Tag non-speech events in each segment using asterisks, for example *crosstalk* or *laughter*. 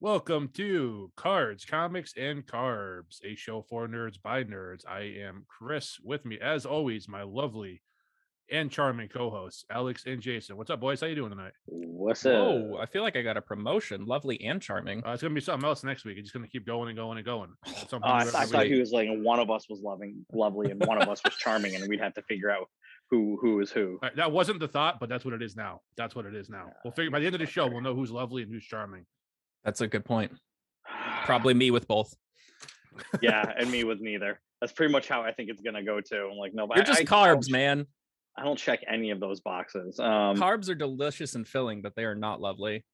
Welcome to Cards, Comics, and Carbs, a show for nerds by nerds. I am Chris. With me, as always, my lovely and charming co-hosts Alex and Jason. What's up, boys? How you doing tonight? What's up? Oh, I feel like I got a promotion. Lovely and charming. Uh, it's gonna be something else next week. It's just gonna keep going and going and *sighs* going. It's something Oh, I, new I every thought week. he was like one of us was loving, lovely, and one of us was charming, and we'd have to figure out who who is who. *sighs* All right, that wasn't the thought, but that's what it is now. That's what it is now. We'll figure by the end of the show, we'll know who's lovely and who's charming. That's a good point. Probably me with both. yeah, and me with neither. That's pretty much how I think it's gonna go too. I'm like, no, but You're I- just I- carbs, man. I don't check any of those boxes. Um, Carbs are delicious and filling, but they are not lovely.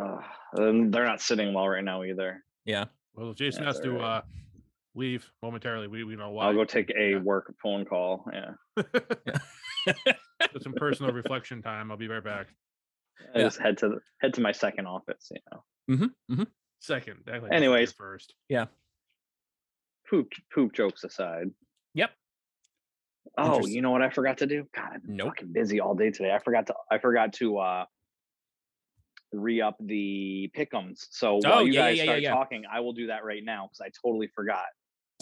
ugh, and they're not sitting well right now either. Well, if Jason That's has to uh alright. leave momentarily, we, we know why. I'll go take a Yeah. work phone call. Yeah, Just some personal reflection time. I'll be right back. I Yeah. just head to the- head to my second office. You know, Mm-hmm, Um, Second. act like it's Anyways. first. poop poop jokes aside. Yep. Oh, Interest- you know what I forgot to do? God, I've been Nope. fucking busy all day today. I forgot to I forgot to uh re up the pickums. So Oh, while you yeah, guys yeah, yeah, start yeah. talking, I will do that right now because I totally forgot.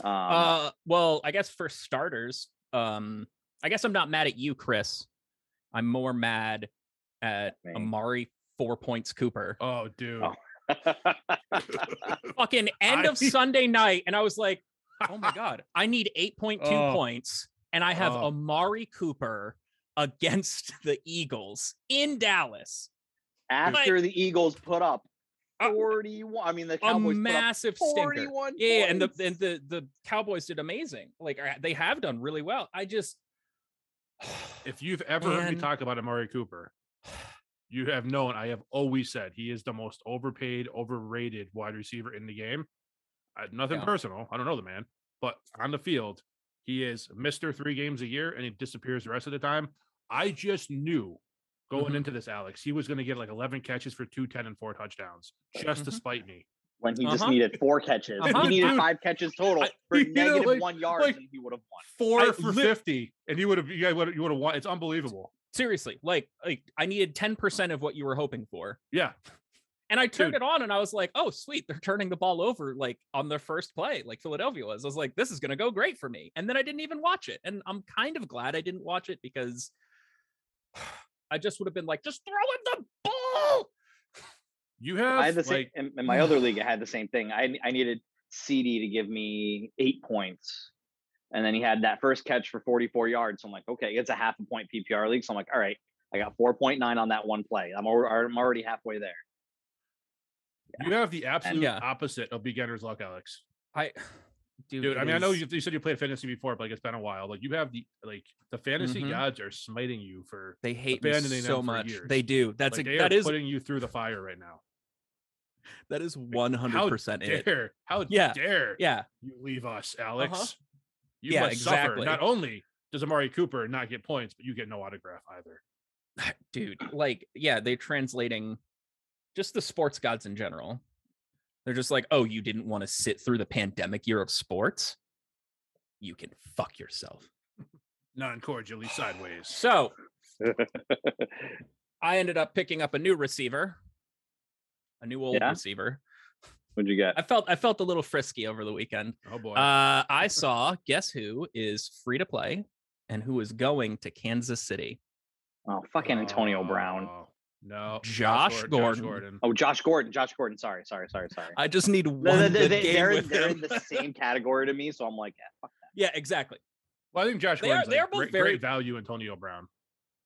Um, *laughs* Uh, well, I guess for starters, um, I guess I'm not mad at you, Chris. I'm more mad at Me. Amari Four Points Cooper. Oh, dude. Oh. Fucking end of I- Sunday night, and I was like, oh my god, I need 8.2 Oh. points, and I have Oh. Amari Cooper against the Eagles in Dallas. After the Eagles put up Uh, 41, I mean the a Cowboys put up massive stinker. 41. Yeah, and the points. and the the Cowboys did amazing. Like or they have done really well. I just *sighs* If you've ever heard me Man. talk about Amari Cooper, you have known I have always said he is the most overpaid, overrated wide receiver in the game. I, nothing Yeah. personal. I don't know the man, but on the field, he is Mr. Three games a year and he disappears the rest of the time. I just knew going Mhm. into this, Alex, he was going to get like 11 catches for 210 and four touchdowns just to Mhm. spite me. when he just Uh-huh. needed four catches. Uh-huh, He needed dude. five catches total I- *laughs* for you know, negative like- one yards, like- and he would have won. four Four for 50, and you would have, you would have, you would have won. It's unbelievable. seriously, like like I needed 10% of what you were hoping for. Yeah. And I turned Dude. it on and I was like, oh sweet, they're turning the ball over like on their first play, like Philadelphia was. I was like, this is gonna go great for me. And then I didn't even watch it. And I'm kind of glad I didn't watch it because *sighs* I just would have been like, just throw him the ball. You I had have the same like in, in my other *sighs* league. I had the same thing. I I needed CD to give me eight points, and then he had that first catch for 44 yards. So I'm like, okay, it's a half a point PPR league. So I'm like, all right, I got 4.9 on that one play. I'm already, I'm already halfway there. you have the absolute yeah. opposite of beginner's luck, Alex. I Dude, I mean, I know you. you, you said you played fantasy before, but like it's been a while. Like you have the like the fantasy Mhm. gods are smiting you for They hate me abandoning them so for much. years. They do. That's like, a, they that are is putting you through the fire right now. that is one hundred percent it. Dare how Yeah. dare Yeah, Uh-huh. you leave us, Alex? You Yeah, must suffer. exactly. Not only does Amari Cooper not get points, but you get no autograph either. dude. Like, yeah, they're translating just the sports gods in general. They're just like, oh, you didn't want to sit through the pandemic year of sports. You can fuck yourself. Non cordially sideways. *sighs* So *laughs* I ended up picking up a new receiver, a new old Yeah? receiver. What'd you get? I felt I felt a little frisky over the weekend. Oh boy. Uh, *laughs* I saw guess who is free to play and who is going to Kansas City. Oh, fucking Antonio Brown. Oh, No, Josh Gordon. Gordon. Oh, Josh Gordon. Josh Gordon. Sorry, sorry, sorry, sorry. I just need one No, no, they, good they, game they're in- with they're in him. the *laughs* same category to me, so I'm like, eh, yeah, exactly, Well, I think Josh They are- Gordon's they like, are both great, very- great value. Antonio Brown.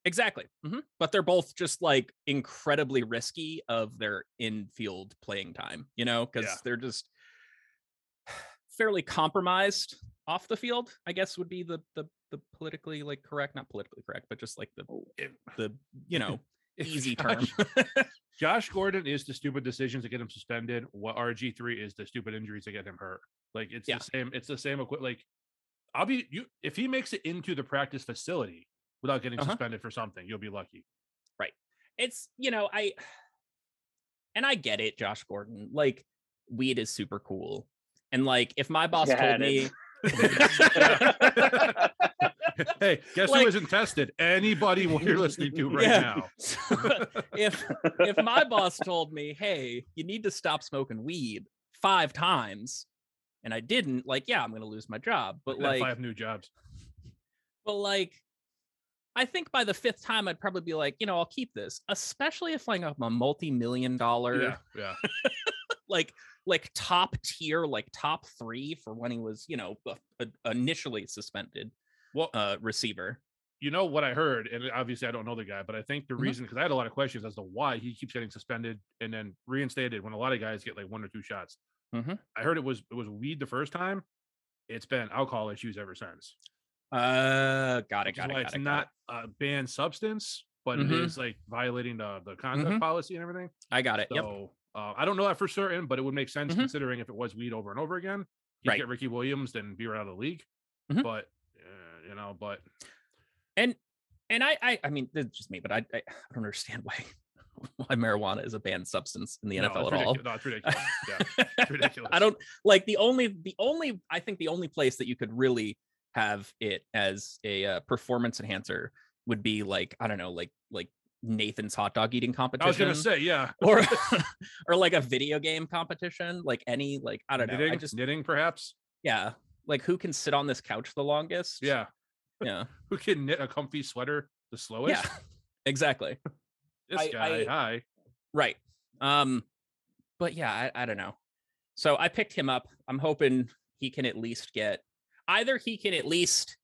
exactly. Mhm. But they're both just like incredibly risky of their infield playing time, you know, because Yeah. they're just *sighs* fairly compromised off the field. I guess would be the the the politically like correct, not politically correct, but just like the eh, the *laughs* you know easy term. Oh, Josh- *laughs* Josh Gordon is the stupid decisions that get him suspended. What RG three is the stupid injuries that get him hurt. Like it's Yeah. the same. It's the same. equi- Like I'll be you if he makes it into the practice facility without getting Uh-huh. suspended for something, you'll be *laughs* lucky. it's you know i *sighs* and i get it josh gordon like weed is super cool and like if my boss Yeah, it told *laughs* me is. *laughs* hey, guess Like- who isn't tested? Anybody what you're listening to right Yeah. now. *laughs* So, if if my boss told me, "Hey, you need to stop smoking weed five times," and I didn't, like, yeah, I'm gonna lose my job. But And then like, five new jobs. but like, I think by the fifth time, I'd probably be like, you know, I'll keep this, especially if like I'm a multi-million dollar, Yeah, yeah. like like top tier, like top three for when he was, you know, a- a- initially suspended Well, uh receiver. you know what I heard, and obviously I don't know the guy, but I think the Mhm. reason because I had a lot of questions as to why he keeps getting suspended and then reinstated when a lot of guys get like one or two shots. Mhm. I heard it was it was weed the first time. It's been alcohol issues ever since. Uh, got it, Which is got it, why got it's it, got not it. a banned substance, but it Mhm. is like violating the the conduct Mhm. policy and everything. I got it. So yep. uh, I don't know that for certain, but it would make sense Mhm. considering if it was weed over and over again, he'd Right. get Ricky Williams and be right out of the league. Mhm. But uh, you know, but and I, I, I mean, this is just me, but I, I, I don't understand *laughs* why why marijuana is a banned substance in the no, NFL it's at all. ridicu- No, it's ridiculous. yeah, it's ridiculous. *laughs* I don't like the only, the only, I think the only place that you could really have it as a uh, performance enhancer would be like, I don't know, like, like Nathan's hot dog eating competition. I was gonna say, yeah. *laughs* or, *laughs* or like a video game competition, like any, like I don't know, knitting, I just knitting, perhaps. yeah, like who can sit on this couch the longest? Yeah, *laughs* yeah, who can knit a comfy sweater the slowest? yeah, *laughs* exactly. This I- guy, I- hi. Right. Um, but yeah, I, I don't know. So I picked him up. I'm hoping he can at least get either he can at least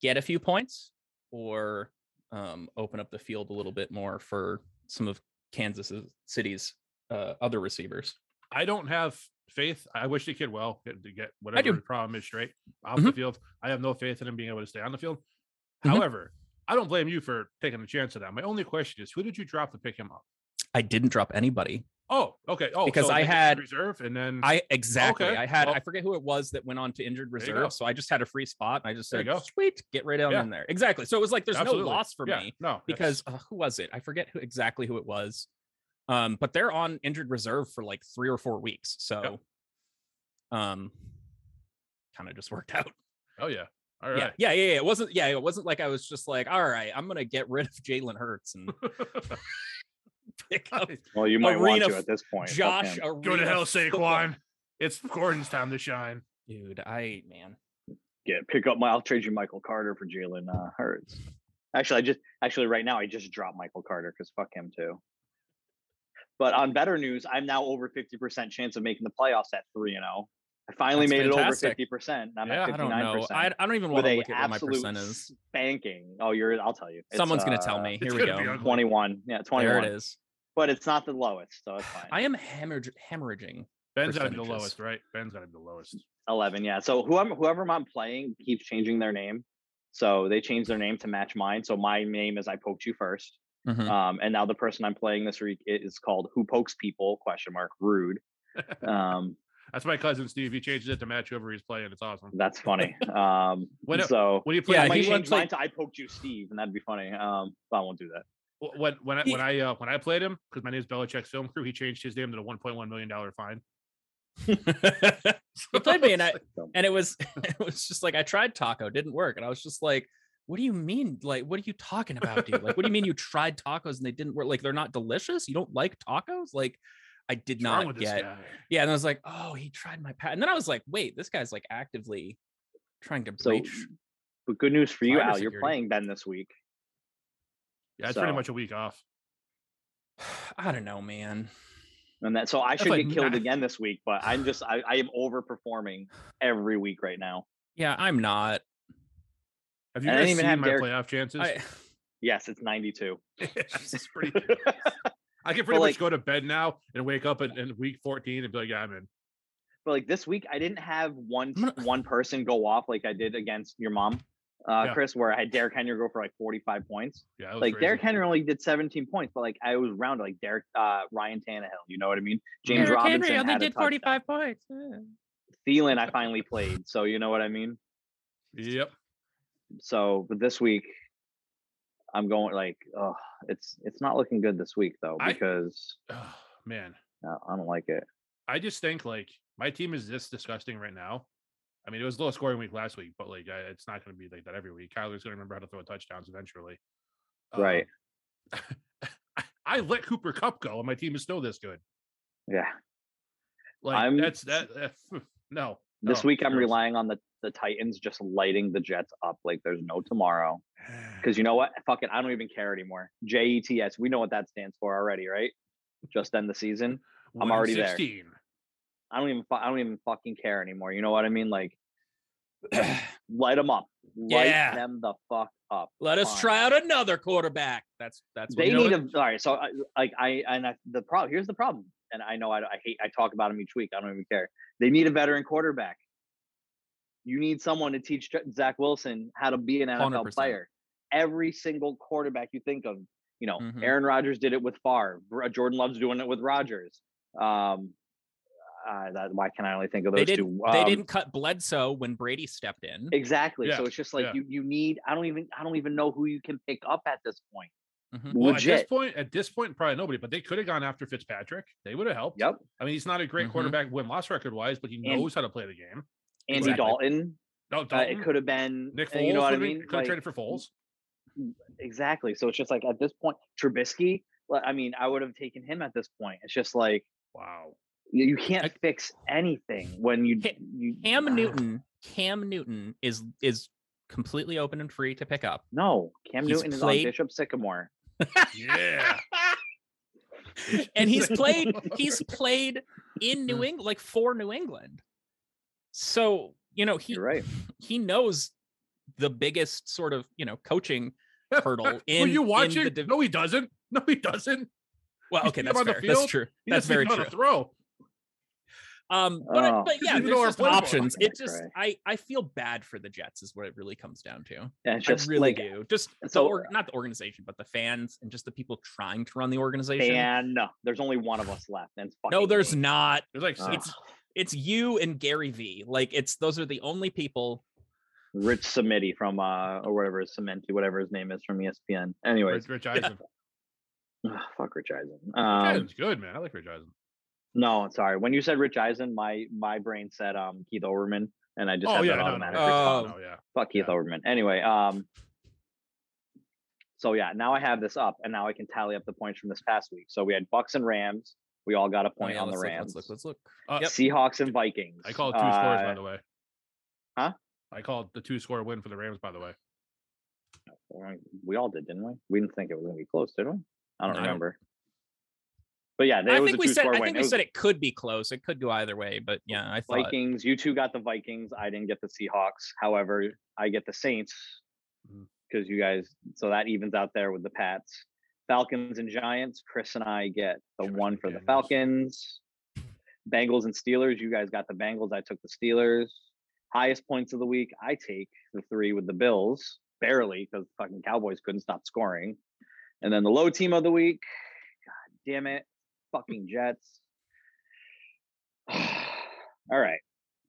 get a few points or um open up the field a little bit more for some of Kansas City's uh, other receivers. I don't have faith. I wish the kid well get- to get do. Mm-hmm. whatever the problem is straight off the field. I have no faith in him being able to stay on the field. Mhm. However, I don't blame you for taking a chance of that. My only question is, who did you drop to pick him up? I didn't drop anybody. Oh, okay. Oh, Because so then I it's had- reserve, and then I exactly. Okay, I had well- I forget who it was that went on to injured There you go. reserve, so I just had a free spot and I just There you said, go. "Sweet, get right down Yeah. in there." Exactly. So it was like there's Absolutely. no loss for yeah, me. no that's- because uh, who was it? I forget who exactly who it was. Um, but they're on injured reserve for like three or four weeks. So, um, kind of just worked *laughs* out. oh yeah, all Yeah, right. yeah, yeah, yeah. It wasn't. Yeah, it wasn't like I was just like, all right, I'm gonna get rid of Jalen Hurts and *laughs* *laughs* pick up Well, you might Arena want to f- at this point. Fuck Josh. him. Go to Arena hell, football. Saquon. It's Gordon's time to shine. *laughs* dude. I man, Get pick up my. I'll trade you Michael Carter for Jalen uh, Hurts. Actually, I just actually right now I just dropped Michael Carter because fuck him too. But on better news, I'm now over fifty percent chance of making the playoffs at three and zero. I finally That's made it over fantastic. fifty percent. I'm Yeah, I at I don't fifty nine know. I, percent I don't even want with a to look at what my absolute percent is. spanking. Oh, you're. I'll tell you. It's, Someone's gonna uh, tell me. it's Here we gonna be go. ugly. Twenty one. Yeah, twenty There one. it is. But it's not the lowest, so it's fine. I am hemorrhag- hemorrhaging. Ben's gotta be the Percentages. lowest, right? Ben's gotta be the lowest. 11 yeah so whoever whoever i'm playing keeps changing their name so they changed their name to match mine so my name is i poked you 1st Mhm. um, and now the person i'm playing this week i- is called who pokes people question mark rude *laughs* um, That's my cousin Steve. He changes it to match whoever he's playing. It's awesome. that's funny um, When it- so When you play, Yeah, I when might you- he went change play- mine to I poked you, Steve, and that'd be funny. Um, but I won't do that. Wh- when when I He- when I uh, when I played him because my name's Belichick's film crew, he changed his name to the 1.1 million dollar fine. Mm-hmm. *laughs* he *laughs* played me and I So- and it was *laughs* it was just like I tried taco, didn't work. And I was just like, what do you mean? Like, what are you talking about, dude? Like, what do you *laughs* mean you tried tacos and they didn't work? Like, they're not delicious? You don't like tacos? Like, I *laughs* did What's wrong not with this get. guy? Yeah. And I was like, oh, he tried my pat. And then I was like, wait, this guy's like actively trying to So, breach. *sighs* but good news for you, Cyber Al. You're security. playing Ben this week. Yeah, it's pretty So- much a week off. I don't know, man. And that so I should like get killed nothing. again this week, but I'm just I, I am overperforming every week right now. Yeah, I'm not. Have you I guys didn't seen even have my Derek- playoff chances? I, *laughs* Yes, it's 92. *laughs* It's pretty- I can pretty much like- go to bed now and wake up in, in week 14 and be like, yeah, I'm in. but like this week I didn't have one I'm gonna- one person go off like I did against your mom, uh, Yeah. Chris, where I had Derek Henry go for like 45 points. Yeah, that was Like crazy. Derek Henry only did 17 points, but like I was rounded like Derek uh, Ryan Tannehill. You know what I mean? James Derrick Robinson Henry only had a did touchdown. 45 points. Yeah. Thielen I finally played, so you know what I mean. Yep. So but this week I'm going like oh it's it's not looking good this week though I- because Oh, man, uh, I don't like it. I just think like my team is this disgusting right now I mean, it was low scoring week last week, but like I- it's not going to be like that every week. Kyler's going to remember how to throw touchdowns eventually. Um, Right. I let Cooper Cup go, and my team is still this good. Yeah. Like I'm- that's that. no, This no, week I'm gross. relying on the the Titans just lighting the Jets up like there's no tomorrow. *sighs* Because you know what? Fuck it. I don't even care anymore. J E T S. We know what that stands for already, right? Just end the season. I'm already there. 16. I don't even. fu- I don't even fucking care anymore. You know what I mean? Like, *clears throat* light them up. Light Yeah. them the fuck up. Let us Fine. try out another quarterback. That's that's what they you know need a. All right. So, I, like, I and I, the problem. Here's the problem. And I know I, I hate. I talk about them each week. I don't even care. They need a veteran quarterback. You need someone to teach J- Zach Wilson how to be an NFL 100%. player. Every single quarterback you think of, you know, Mm-hmm. Mhm. Aaron Rodgers did it with Favre. Ro- Jordan Love's doing it with Rodgers. Um, uh, that, why can I only think of those they didn't two? they Um, didn't cut Bledsoe when Brady stepped in. Exactly. Yeah, So it's just like yeah. you you need I don't even I don't even know who you can pick up at this point. Mhm. Mm-hmm. Well, at this Legit. point, at this point, probably nobody. But they could have gone after Fitzpatrick. They would have helped. Yep. I mean, he's not a great Mhm. quarterback win loss record wise, but he Mm-hmm. And- knows how to play the game. Andy Exactly. Dalton. No, Uh, Dalton, it could have been Nick uh, Foles. you know what I would've been- mean? Could have Like, traded for Foles. exactly. So it's just like at this point, Trubisky. like, I mean, I would have taken him at this point. It's just like *laughs* Wow. you, you can't I- fix anything when you, Ca- you ah, Cam Newton, Cam Newton is is completely open and free to pick up. No, Cam He's Newton is played- on Bishop Sycamore. Yeah. *laughs* and *laughs* he's played he's played in *laughs* New England like for New England. So, you know, he You're right. he knows the biggest sort of, you know, *laughs* coaching hurdle *laughs* in Were you in the watching? div- no, he doesn't. No, he doesn't. well, you okay, see him that's on the fair. That's field? true. He that's doesn't very even know true. how to throw. Um, but, Oh. but yeah, Even there's though our just playbook- options. It Fucking just I I feel bad for the Jets is what it really comes down to. And it's just I really like do. Just the so- org, not the organization, but the fans and just the people trying to run the organization. and no, there's only one of us left. And it's no, fucking there's me. not. There's like Ah, six. It's you and Gary V. Like it's those are the only people. Rich Cementi from uh or whatever Cementi, whatever his name is from E ESPN. Anyways, Rich, Rich Eisen. Ugh, fuck Rich Eisen. Rich Um, Eisen's good, man. I like Rich Eisen. no, sorry. When you said Rich Eisen, my my brain said um Keith Overman, and I just Oh had yeah, that no, no, automatic. no, no, Oh. yeah. Fuck Keith yeah. Overman. Anyway, um, so yeah, now I have this up, and now I can tally up the points from this past week. So we had Bucks and Rams. We all got a Oh, point yeah, on the let's look, Rams. Let's look. Let's look. Uh, Yep. Seahawks and Vikings. Uh, I called two scores, by the way. huh? I called the two score win for the Rams, by the way. way. We all did, didn't we? We didn't think it was going to be close, did we? I No, I don't don't- remember. But yeah, I it was think a we said. two-score I win. think It we was- said it could be close. It could go either way, but yeah, I thought. Vikings. You two got the Vikings. I didn't get the Seahawks. However, I get the Saints Mhm. because you guys. So that evens out there with the Pats, Falcons, and Giants. Chris and I get the Josh one for the McDaniels. Falcons. Bengals and Steelers. You guys got the Bengals. I took the Steelers. Highest points of the week. I take the three with the Bills barely because the fucking Cowboys couldn't stop scoring. And then the low team of the week. God damn it. Fucking Jets. *sighs* All right.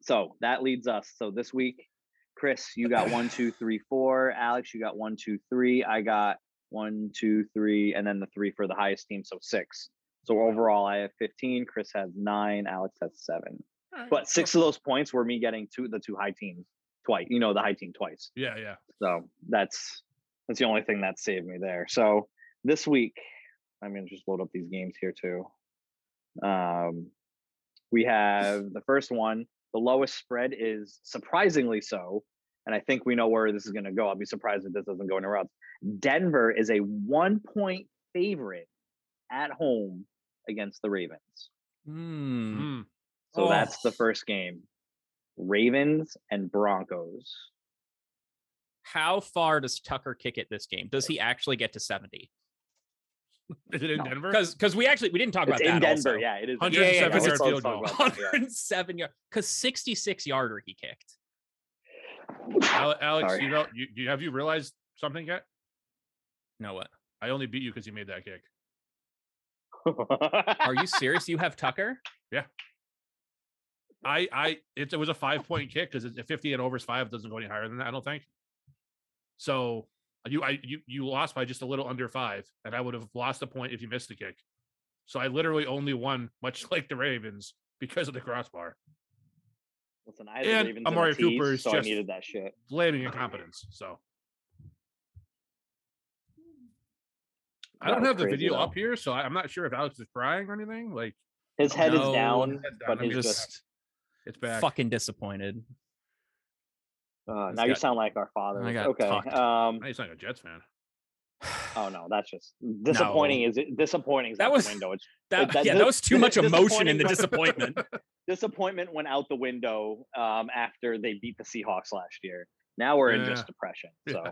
So that leads us. So this week, Chris, you got one, two, three, four. Alex, you got one, two, three. I got one, two, three, and then the three for the highest team. So six. So overall, I have 15. Chris has nine. Alex has seven. All right, But sure. six of those points were me getting two, the two high teams twice, you know, the high team twice. Yeah, yeah. So that's that's the only thing that saved me there. So this week, I'm gonna just load up these games here too. Um, we have the first one. The lowest spread is surprisingly so, and I think we know where this is gonna go. I'll be surprised if this doesn't go anywhere else. Denver is a one point favorite at home against the Ravens. Mm-hmm. Hmm. Mm. So that's the Oh. first game. Ravens and Broncos. How far does Tucker kick it this game? Does he actually get to seventy? Is it in No, Denver? Because because we actually we didn't talk It's about in that. Denver, also. *laughs* yeah. It is. Yeah, yeah, yeah, 107 let's- yard let's field talk goal. about that, yeah. 107 yard because 66 yarder he kicked. Ale- Alex, Sorry. you know, you, you have you realized something yet? No what? I only beat you because you made that kick. *laughs* Are you serious? You have Tucker? I, I, it, it was a five point kick because fifty and over is five. it Doesn't go any higher than that. I don't think. So you, I, you, you lost by just a little under five, and I would have lost a point if you missed the kick. *laughs* So I literally only won, much like the Ravens, because of the crossbar. Listen, I had the And Ravens in the Amari tees, Cooper is so I just- needed that shit. blaming incompetence. So I That don't was have the crazy, video though. up here, so I- I'm not sure if Alex is crying or anything. Like His head No, is down, head's down. I'm but his I'm it's just. just it's bad. fucking *sighs* disappointed. Uh, he's now you got- sound like our father. I got Okay. tucked. Um. Now he's not a Jets fan. *laughs* Oh no, that's just disappointing. Is it disappointing? Is That out was- the window. It's That, that- yeah, that was too much *laughs* emotion in the disappointing- disappointment. disappointment went out the window um, after they beat the Seahawks last year. Now we're in Yeah. just depression. Yeah. So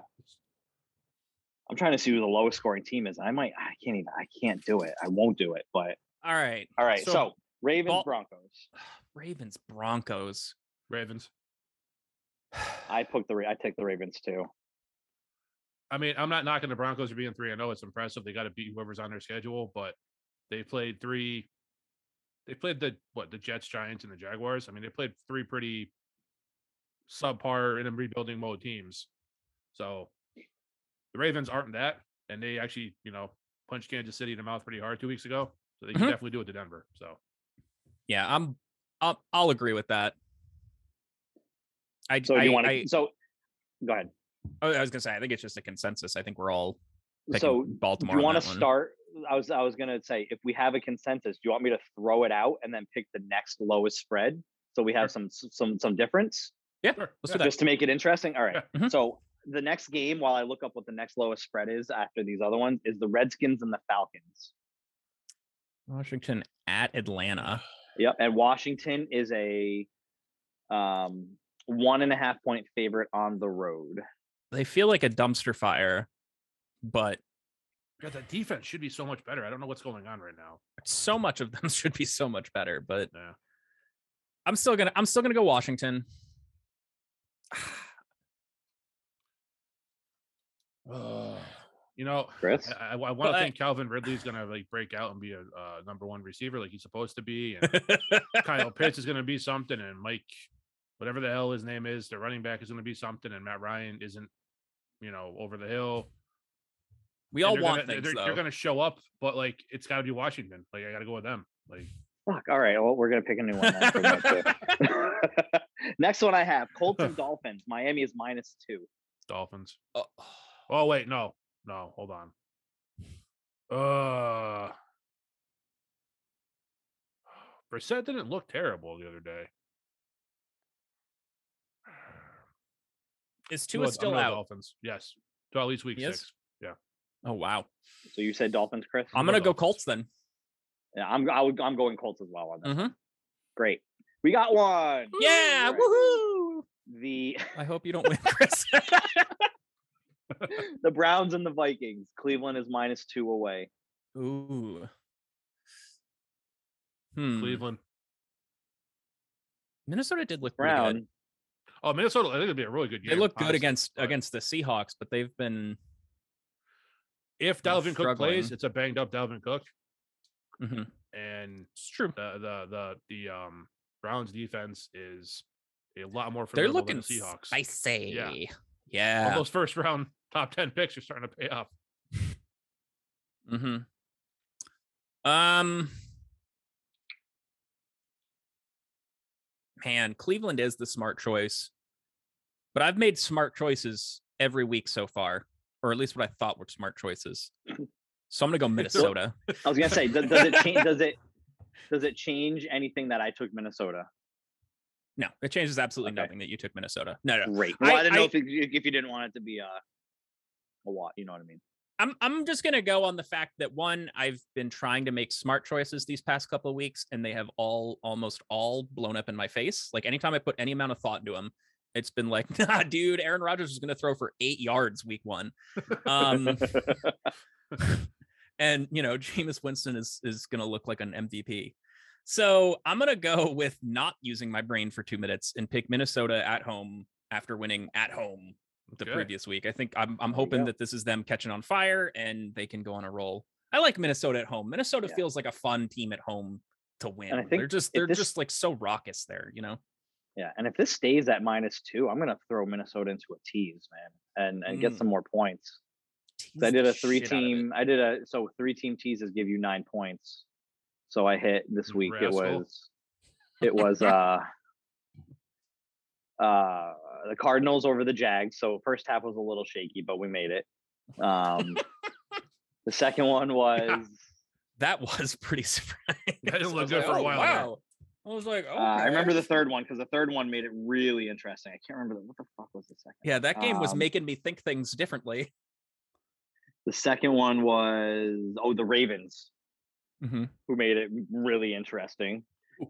I'm trying to see who the lowest scoring team is. I might. I can't even. I can't do it. I won't do it. But All right. all right. So, So, Ravens Bal- Broncos. Ravens Broncos. Ravens. I picked the. Ra- I take the Ravens too. I mean, I'm not knocking the Broncos for being three. I know it's impressive. They got to beat whoever's on their schedule, but they played three. They played the what the Jets, Giants, and the Jaguars. I mean, they played three pretty subpar in a rebuilding mode teams. So the Ravens aren't that, and they actually, you know, punched Kansas City in the mouth pretty hard two weeks ago. So they can Mhm. definitely do it to Denver. So *sighs* Yeah, I'm. I'll, I'll agree with that. I, So I, you want I, to? So go ahead. oh, I was gonna say I think it's just a consensus. I think we're all picking So Baltimore. do you on want that to one. start? I was. I was gonna say if we have a consensus, do you want me to throw it out and then pick the next lowest spread so we have some s- some some difference? Yeah, sure, let's yeah. do that. just to make it interesting. All right. Yeah. Mhm. So the next game, while I look up what the next lowest spread is after these other ones, is the Redskins and the Falcons. Washington at Atlanta. Yep. And Washington is a um one and a half point favorite on the road. They feel like a dumpster fire, but God, that defense should be so much better. I don't know what's going on right now. so much of them *laughs* should be so much better. But Yeah. I'm still gonna I'm still gonna go Washington. You know, Chris. I, I, want Well, to I- think Calvin Ridley's going to like break out and be a uh, number one receiver like he's supposed to be, and *laughs* Kyle Pitts is going to be something, and Mike, whatever the hell his name is, the running back is going to be something, and Matt Ryan isn't, you know, over the hill. we And all they're want gonna, things They're, though. they're going to show up, but like it's got to be Washington. Like I got to go with them. Like Fuck. All right. Well, we're gonna pick a new one. then for that too. *laughs* next one I have Colts and Dolphins. Miami is minus two. Dolphins. Oh, *sighs* Oh wait, no, no, hold on. Uh, *sighs* Brissett didn't look terrible the other day. is Well, Tua I'm still going out? Dolphins. Yes, to at least week He is? six. Oh wow. So you said Dolphins, Chris? I'm Go gonna go Dolphins. Colts then. Yeah, I'm I would, I'm going Colts as well on that. Mhm. Great. We got one. Yeah, Right. woohoo! The *laughs* I hope you don't win, Chris. *laughs* the Browns and the Vikings. Cleveland is minus two away. Ooh. Hmm. Cleveland. Minnesota did look pretty good. Brown. Oh, Minnesota. I think it'd be a really good game. They look good honestly. against but- against the Seahawks, but they've been if they're Dalvin Cook plays. struggling. It's a banged up Dalvin Cook, Mhm. and it's true. the the the the um Browns defense is a lot more They're formidable looking than the Seahawks. spicy. Yeah. All those first round *laughs* top ten picks are starting to pay off. Mm-hmm. Um man, Cleveland is the smart choice. But I've made smart choices every week so far, or at least what I thought were smart choices. So I'm gonna go Minnesota. I was gonna say, does, does it change? *laughs* Does it does it change anything that I took Minnesota? No, it changes absolutely Okay. nothing that you took Minnesota. No, no. Great. I- Well, I, didn't know I- if, it, if you didn't want it to be a a lot. You know what I mean? I'm I'm just gonna go on the fact that one, I've been trying to make smart choices these past couple of weeks, and they have all almost all blown up in my face. Like anytime I put any amount of thought into them, it's been like, *laughs* nah, dude, Aaron Rodgers is gonna throw for eight yards week one. Um *laughs* and you know, Jameis Winston is is gonna look like an MVP. So I'm gonna go with not using my brain for two minutes and pick Minnesota at home after winning at home the Okay. previous week. I think I'm I'm There you hoping go. that this is them catching on fire and they can go on a roll. I like Minnesota at home. Minnesota Yeah. feels like a fun team at home to win. they're think just if they're this- just like so raucous there, you know. Yeah. And if this stays at minus two, I'm gonna throw Minnesota into a tease, man, and and get Mm. some more points. 'Cause I Tease did the a three shit out of it. team. I did a so three team teases give you nine points. So I hit this You week. It *laughs* rascal. was it was uh uh, the Cardinals over the Jags. So first half was a little shaky, but we made it. Um, the second *laughs* one was That was *laughs* pretty surprising. That *laughs* didn't I look was good like, for a "Oh, while there." Wow. I was like, oh, uh, I remember the third one because the third one made it really interesting. I can't remember the, what the fuck was the second. Yeah, that game was Um, making me think things differently. The second one was oh the Ravens Mhm. who made it really interesting,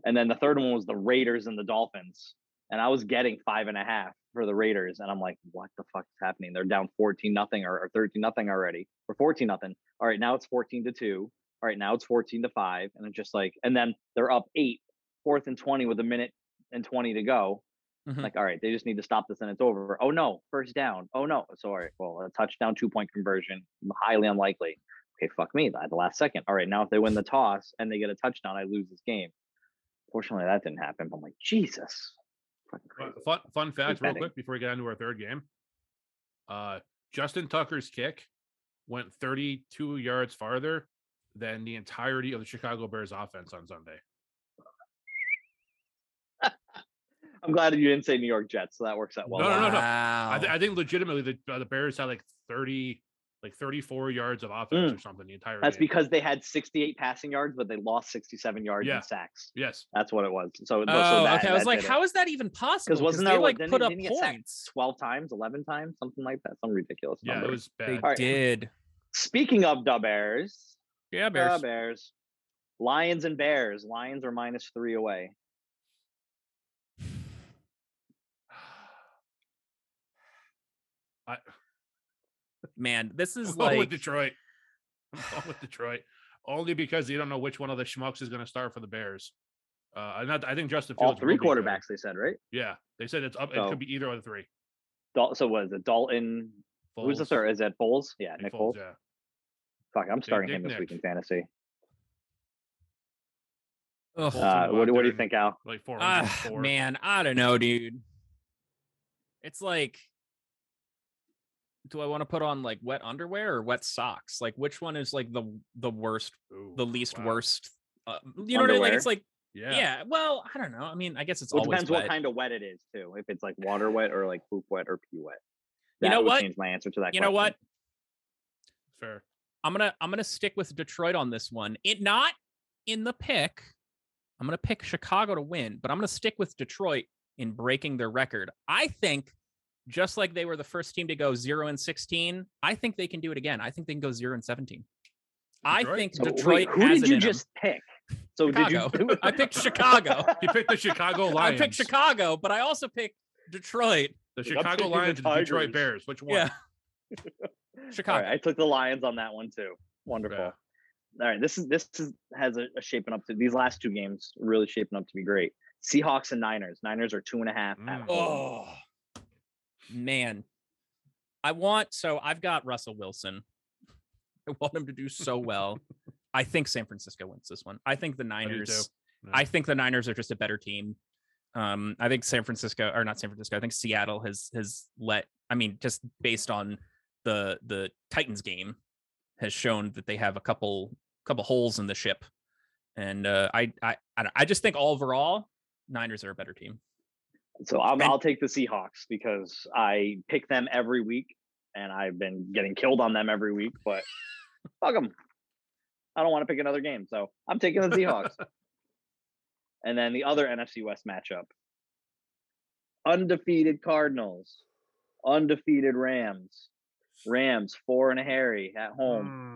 and then the third one was the Raiders and the Dolphins, and I was getting five and a half for the Raiders, and I'm like, what the fuck is happening? They're down fourteen nothing or, or thirteen nothing already, or fourteen nothing. All right, now it's fourteen to two. All right, now it's fourteen to five, and it's just like, and then they're up eight, fourth and twenty with a minute and twenty to go. Mm-hmm. Mhm. Like, all right, they just need to stop this and it's over. Oh no, first down. Oh no, sorry. Well, a touchdown, two point conversion, highly unlikely. Okay, fuck me. At the last second. All right, now if they win the toss and they get a touchdown, I lose this game. Fortunately, that didn't happen. But I'm like, Jesus, fucking Fun- crazy. Fun, fun fact, real betting. quick, before we get into our third game. Uh, Justin Tucker's kick went 32 yards farther than the entirety of the Chicago Bears offense on Sunday. I'm glad you didn't say New York Jets, so that works out well. No, no, no, no. Wow. I, th- I think legitimately the, uh, the Bears had like 30, like 34 yards of offense Mm. or something the entire That's game. because they had 68 passing yards, but they lost 67 yards Yeah. in sacks. yes, That's what it was. So, so oh, that- okay. I was that like, did it. how is that even possible? wasn't they there, like, like didn't put he- up didn't he get sacked points? 12 times, 11 times, something like that? Some ridiculous yeah, number. it was They bad. *sighs* All right. did. Speaking of the Bears, Yeah, Bears. Bears. Bears, Lions and Bears. Lions are minus three away. Man, this I'm *laughs* is going with like Detroit. *laughs* I'm going with Detroit only because you don't know which one of the schmucks is going to start for the Bears. Uh, and that- I think Justin All Fields will three be good. quarterbacks, they said, right? Yeah, they said it's up. It So- could be either of the three. Dal- so was it Dalton? Who's the Foles, third? Is that Foles? Yeah, Nick Nick Foles, Foles. Yeah, Fuck, I'm starting Dick him this Nick. week in fantasy. Ugh. Foles will Uh, go what, out what do there you think, Al? and, Like four. Ah, hundred and four. man, I don't know, dude. It's like, do I want to put on like wet underwear or wet socks? Like, which one is like the the worst, Ooh, the least wow. worst? Uh, you know what I mean? Like, it's like, yeah. Yeah. Well, I don't know. I mean, I guess it's Well, it always depends wet. what kind of wet it is, too. If it's like water wet or like poop wet or pee wet. You That know would what? Change my answer to that. You know what? question. fair. I'm gonna I'm gonna stick with Detroit on this one. It not in the pick. I'm gonna pick Chicago to win, but I'm gonna stick with Detroit in breaking their record. I think just like they were the first team to go zero and sixteen, I think they can do it again. I think they can go zero and seventeen. I Detroit? think So, wait, Detroit. who has did it you in 'em. just pick? So did you? Chicago. *laughs* I *laughs* picked Chicago. He picked the Chicago *laughs* I Lions. picked Chicago, but I also picked Detroit. The I'm Chicago picking the Lions and the Detroit Tigers. Bears. Which one? Yeah. *laughs* All Chicago. right, I took the Lions on that one too. Wonderful. Yeah. All right, this is this is has a, a shaping up to these last two games really shaping up to be great. Seahawks and Niners. Niners are two and a half. at Mm. home. Oh man. I want so I've got Russell Wilson. *laughs* I want him to do so well. I think San Francisco wins this one. I think the do Niners Yeah. I think the Niners are just a better team. Um I think San Francisco or not San Francisco, I think Seattle has has let I mean just based on the the Titans game has shown that they have a couple couple holes in the ship. And uh I I I, don't, I just think overall Niners are a better team. So I'm, And- I'll take the Seahawks because I pick them every week, and I've been getting killed on them every week. But fuck them. I don't want to pick another game, so I'm taking the Seahawks. and then the other NFC West matchup: undefeated Cardinals, undefeated Rams. Rams four and a Harry at home.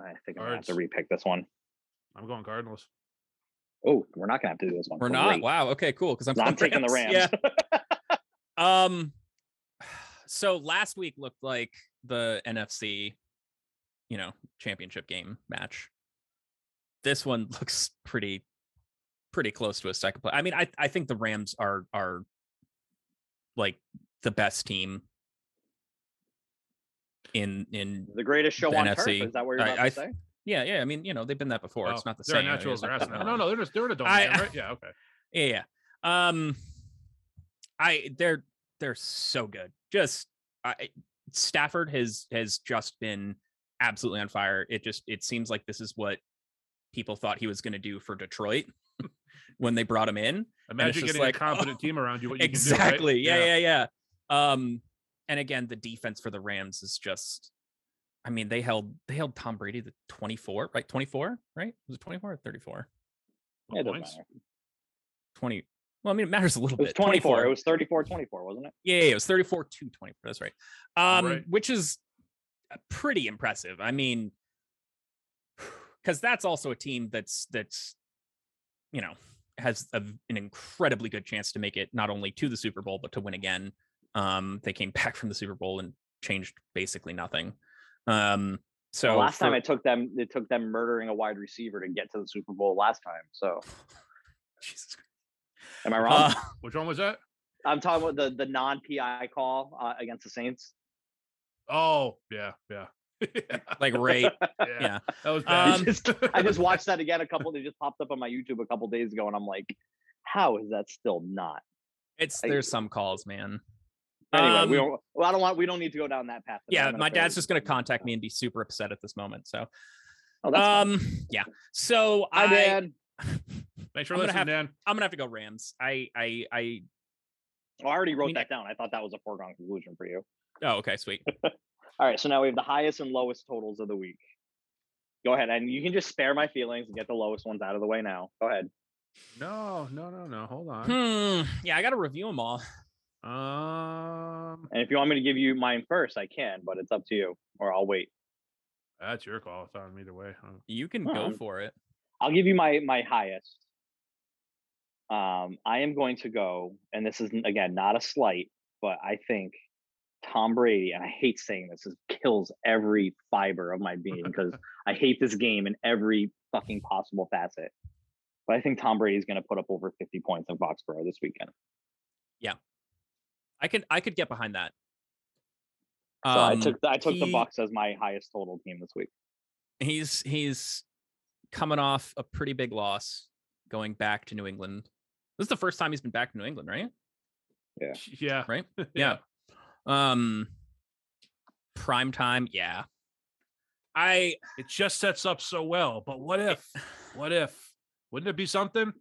Mm, I think I'm gonna have to Cards. repick this one. I'm going Cardinals. Oh, we're not gonna have to do this one. We're not. Great. Wow. Okay. Cool. Because I'm, No, I'm going taking the Rams. Yeah. Um. *sighs* So last week looked like the NFC, you know, championship game match. This one *laughs* looks pretty, pretty close to a second play. I mean, I I think the Rams are are like the best team in in the greatest show The on NFC. turf. Is that what you're I- about I to say? yeah yeah. I mean, you know, they've been that before. Oh, it's not the they're same. I a mean, natural it's not grass the- now. No, no, they're just they're in a dome, I- *laughs* man, right? Yeah, okay. Yeah. yeah. Um I they're they're so good. Just I Stafford has has just been absolutely on fire. It just it seems like this is what people thought he was going to do for Detroit *laughs* when they brought him in. it's Imagine just getting like, a competent team around you. What you exactly. Can do, right? yeah, yeah, yeah. Um, and again, the defense for the Rams is just. I mean, they held they held Tom Brady to 24, right? 24, right? Was it 24 or 34? No It doesn't points. matter. 20. Well, I mean, it matters a little It was bit. 24. It was 34 24, wasn't it? Yeah, yeah, it was 34 to 24. That's right. Um, Right. which is uh, pretty impressive. I mean, *sighs* because that's also a team that's that's you know has a, v- an incredibly good chance to make it not only to the Super Bowl but to win again. Um, they came back from the Super Bowl and changed basically nothing. Um, so The last time for- it took them, it took them murdering a wide receiver to get to the Super Bowl last time. So *laughs* Jesus Christ. am I wrong? Uh, Which one was that? I'm talking about the the non PI call uh, against the Saints. Oh, yeah, yeah. *laughs* like right. yeah, yeah. That was bad. I Um, just, *laughs* I just watched that again a couple. They just popped up on my YouTube a couple days ago, and I'm like, how is that still not? It's *laughs* I- there's some calls, man. Anyway, we Um, don't. Well, I don't want. We don't need to go down that path. yeah, my dad's just gonna contact me and be super upset at this moment. So Oh, that's fine. um yeah. So Hi, I Dad. Thanks for *laughs* I'm gonna listening, have- Dan. I'm gonna have to go Rams. I I I Oh, I already wrote mean, I- that down. I thought that was a foregone conclusion for you. oh okay, sweet. All right, so now we have the highest and lowest totals of the week. Go ahead, and you can just spare my feelings and get the lowest ones out of the way now. Go ahead. No, no, no, no. Hold on. hmm. Yeah, I gotta review them all. Hmm. Um, And if you want me to give you mine first, I can, but it's up to you, or I'll wait. that's your call. It's on me to way. You can Huh. go for it. I'll give you my my highest. Um, I am going to go, and this is n- again not a slight, but I think Tom Brady, and I hate saying this, is kills every fiber of my being because I hate this game in every fucking possible facet. But I think Tom Brady is going to put up over 50 points in Foxborough this weekend. I can I could get behind that. So I took I took the Um, he- Bucks as my highest total team this week. he's he's coming off a pretty big loss going back to New England. This is the first time he's been back to New *laughs* England, right? Yeah. Yeah. Right? yeah. Um prime time, yeah. I It just sets up so well. But what if? What if? Wouldn't it be something?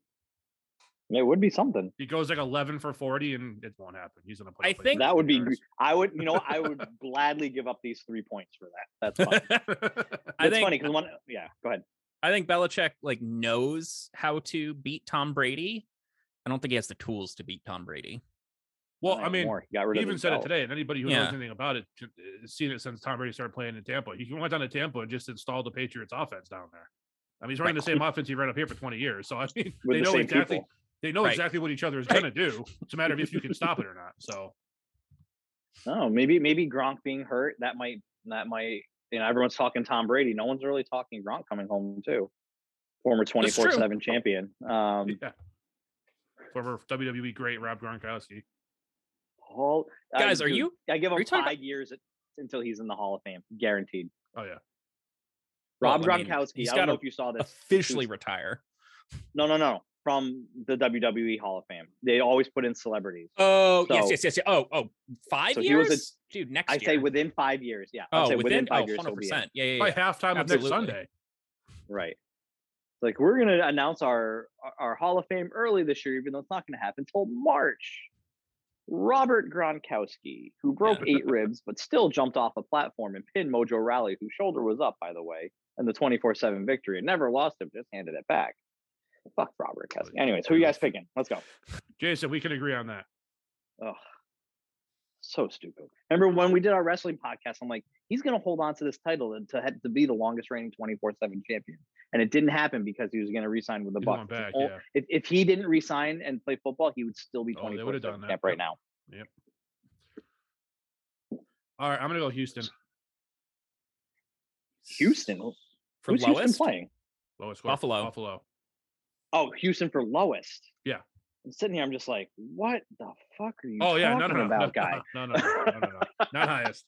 It would be something. He goes like 11 for 40, and it won't happen. He's gonna play. I think- That would be. gr- I would. You know, what, I would gladly give up these three points for that. *laughs* That's fine. I It's think funny because one. Yeah, go ahead. I think Belichick like knows how to beat Tom Brady. I don't think he has the tools to beat Tom Brady. *laughs* well, Not I mean, anymore. He got rid he of even said it himself. today, and anybody who Yeah. knows anything about it j- uh, seen it since Tom Brady started playing in Tampa. He went down to Tampa and just installed the Patriots offense down there. I mean, he's running the same offense he ran up here for 20 years. So I mean, they With the know same exactly people. they know Right. exactly what each other is Right. gonna do. It's a matter of if you can stop it or not. So No, maybe maybe Gronk being hurt that might that might you know everyone's talking Tom Brady. No one's really talking Gronk coming home too. Former twenty That's true. four seven champion. *laughs* Um, yeah, former WWE great Rob Gronkowski. Hall, I Guys, are give- you- I give are him you talking five about- years at, until he's in the Hall of Fame, guaranteed. Oh yeah, Well, Rob I mean, Gronkowski. he's I don't know gotta if you saw this. Officially retire. No, no, no. From the WWE Hall of Fame, they always put in celebrities. Oh yes, So- yes, yes, yes. Oh, oh, five So he years, was a- dude. Next I year. say within five years. Yeah, I'd oh say within, five oh, years. 100 he'll be in. percent. Yeah, yeah, by yeah. halftime of next Absolutely. Sunday. Right. It's like we're gonna announce our our- our Hall of Fame early this year, even though it's not gonna happen until March. Robert Gronkowski, who broke eight ribs but still jumped off a platform and pinned Mojo Rally, whose shoulder was up, by the way, in the 24 7 victory and never lost him, just handed it back. Fuck Robert Gronkowski. Anyways, who you guys picking? Let's go. Jason, we can agree on that. Ugh. So stupid. Remember when we did our wrestling podcast? I'm like, he's going to hold on to this title and to, to be the longest reigning 24 7 champion. And it didn't happen because he was going to resign with the He's Bucks. going back, Oh, yeah. if, if he didn't resign and play football, he would still be Oh, they 24 would've done 7 that. champ Yep. right now. All right, I'm gonna go Houston. Houston. For Who's Houston lowest, playing? Lowest score. Buffalo. Buffalo. Oh, Houston for lowest. Yeah. I'm sitting here. I'm just like, what the fuck are you Oh yeah, no, talking no, no, *laughs* about, no, guy? No, no, no, no, no, no, no. not highest.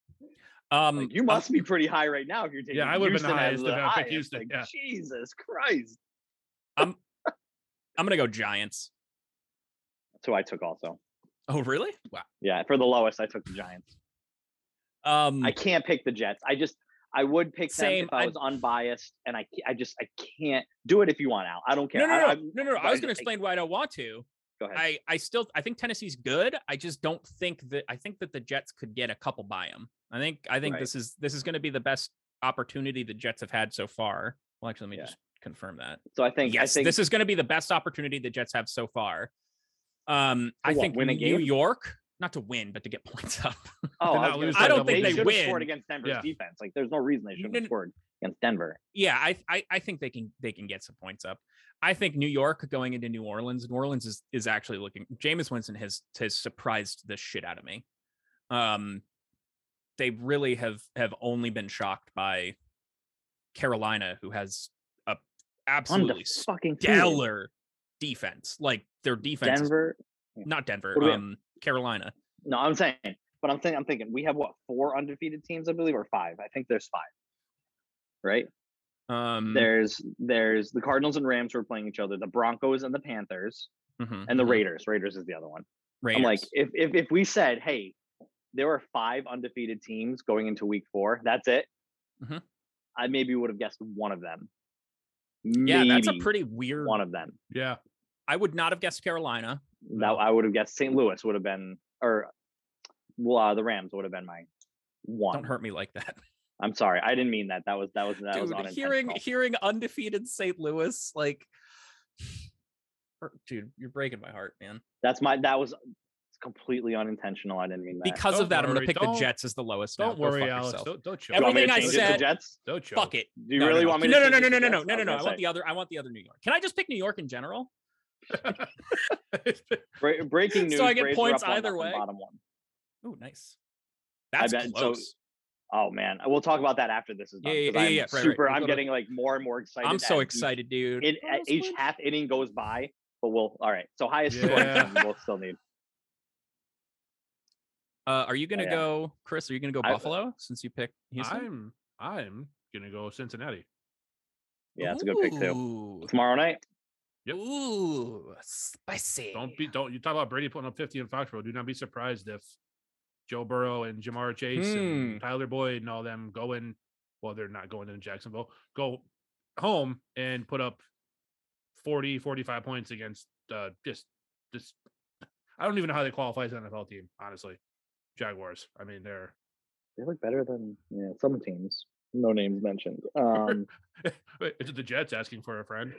*laughs* um, Like, you um, must be pretty high right now if you're taking. Yeah, I would've been the Houston as highest if I picked Houston, Like, yeah. Jesus Christ. I'm gonna go Giants. That's who I took also. Oh really? Wow. Yeah, for the lowest, I took the Giants. Um, I can't pick the Jets. I just I would pick them Same, if I I- was unbiased, and I ca- I just I can't do it if you want out. I don't care. No, no, I, no, I'm- no, no, no. but I was I- going to I- explain why I don't want to. go ahead. I, I still, I think Tennessee's good. I just don't think that. I think that the Jets could get a couple by them. I think, I think Right. this is this is going to be the best opportunity the Jets have had so far. Well, actually, let me Yeah. just confirm that. so I think yes, I think this is going to be the best opportunity the Jets have so far. Um, I what, think win a New game? York, not to win, but to get *laughs* points up. oh, to I, not was lose by gonna say, double they digits. should have scored Win. against Denver's Yeah. defense. Like there's no reason they shouldn't No, have no. scored against Denver. yeah, I, I I think they can they can get some points up. I think New York going into New Orleans, New Orleans is is actually looking. Jameis Winston has has surprised the shit out of me. Um, they really have have only been shocked by Carolina, who has a absolutely fucking stellar defense. Like their defense, is- Denver. not Denver, What about- um, Carolina. No, I'm saying, but I'm thinking I'm thinking we have what four undefeated teams, I believe, or five. I think there's five. Right? Um, There's there's the Cardinals and Rams who are playing each other, the Broncos and the Panthers, mhm, and the mhm, Raiders. Raiders is the other one. I'm like, mm-hmm. Raiders. if if if we said, hey, there were five undefeated teams going into week four, that's it. Mhm. I maybe would have guessed one of them. yeah, that's a Maybe pretty weird. one of them. Yeah. I would not have guessed Carolina. That I would have guessed St. Louis would have been or well, uh, the Rams would have been my one. Don't hurt me like that. I'm sorry. I didn't mean that. That was that was that was dude, hearing unintentional. hearing undefeated St. Louis, like, *sighs* hurt- dude, you're breaking my heart, man. That's my that was completely unintentional. I didn't mean that. Because Don't of that, I'm worry, gonna pick the don't- Jets as the lowest. now. Don't Go worry, fuck Alex. yourself. Don't don't choke. Do you want me to everything I change it to said- Jets? Don't choke. Fuck it. Do you No, no, really no. want me to No, no, change no, it no, to no, no, no, Jets? no, no, Okay, no. I sorry. want the other. I want the other New York. Can I just pick New York in general? *laughs* Bra- breaking news. So I get Braves are points up one either nothing, way? Bottom one. Oh, nice. That's bet- so- close. Oh man, we'll talk about that after this is done. Yeah, yeah, 'cause yeah, I'm yeah, right, right. super. We'll I'm go to- getting like more and more excited. I'm so as each- excited, dude. It, Bonus as each points. half inning goes by, but we'll all right. So highest score Yeah. then we'll still need. Uh, are you gonna Oh, yeah. go, Chris? Are you gonna go I- Buffalo since you picked Houston? I'm I'm gonna go Cincinnati. Yeah, it's a good pick too. Ooh. Tomorrow night. Yep. Ooh, spicy. Don't be don't you talk about Brady putting up 50 in Foxborough. Do not be surprised if Joe Burrow and Jamar Chase Hmm. and Tyler Boyd and all them go in. Well, they're not going in Jacksonville. Go home and put up 40, 45 points against uh, just this. I don't even know how they qualify as an NFL team, honestly. Jaguars. I mean, they're *laughs* They look better than yeah, some teams. No names *laughs* mentioned. Um, Wait, is it the Jets asking for a friend?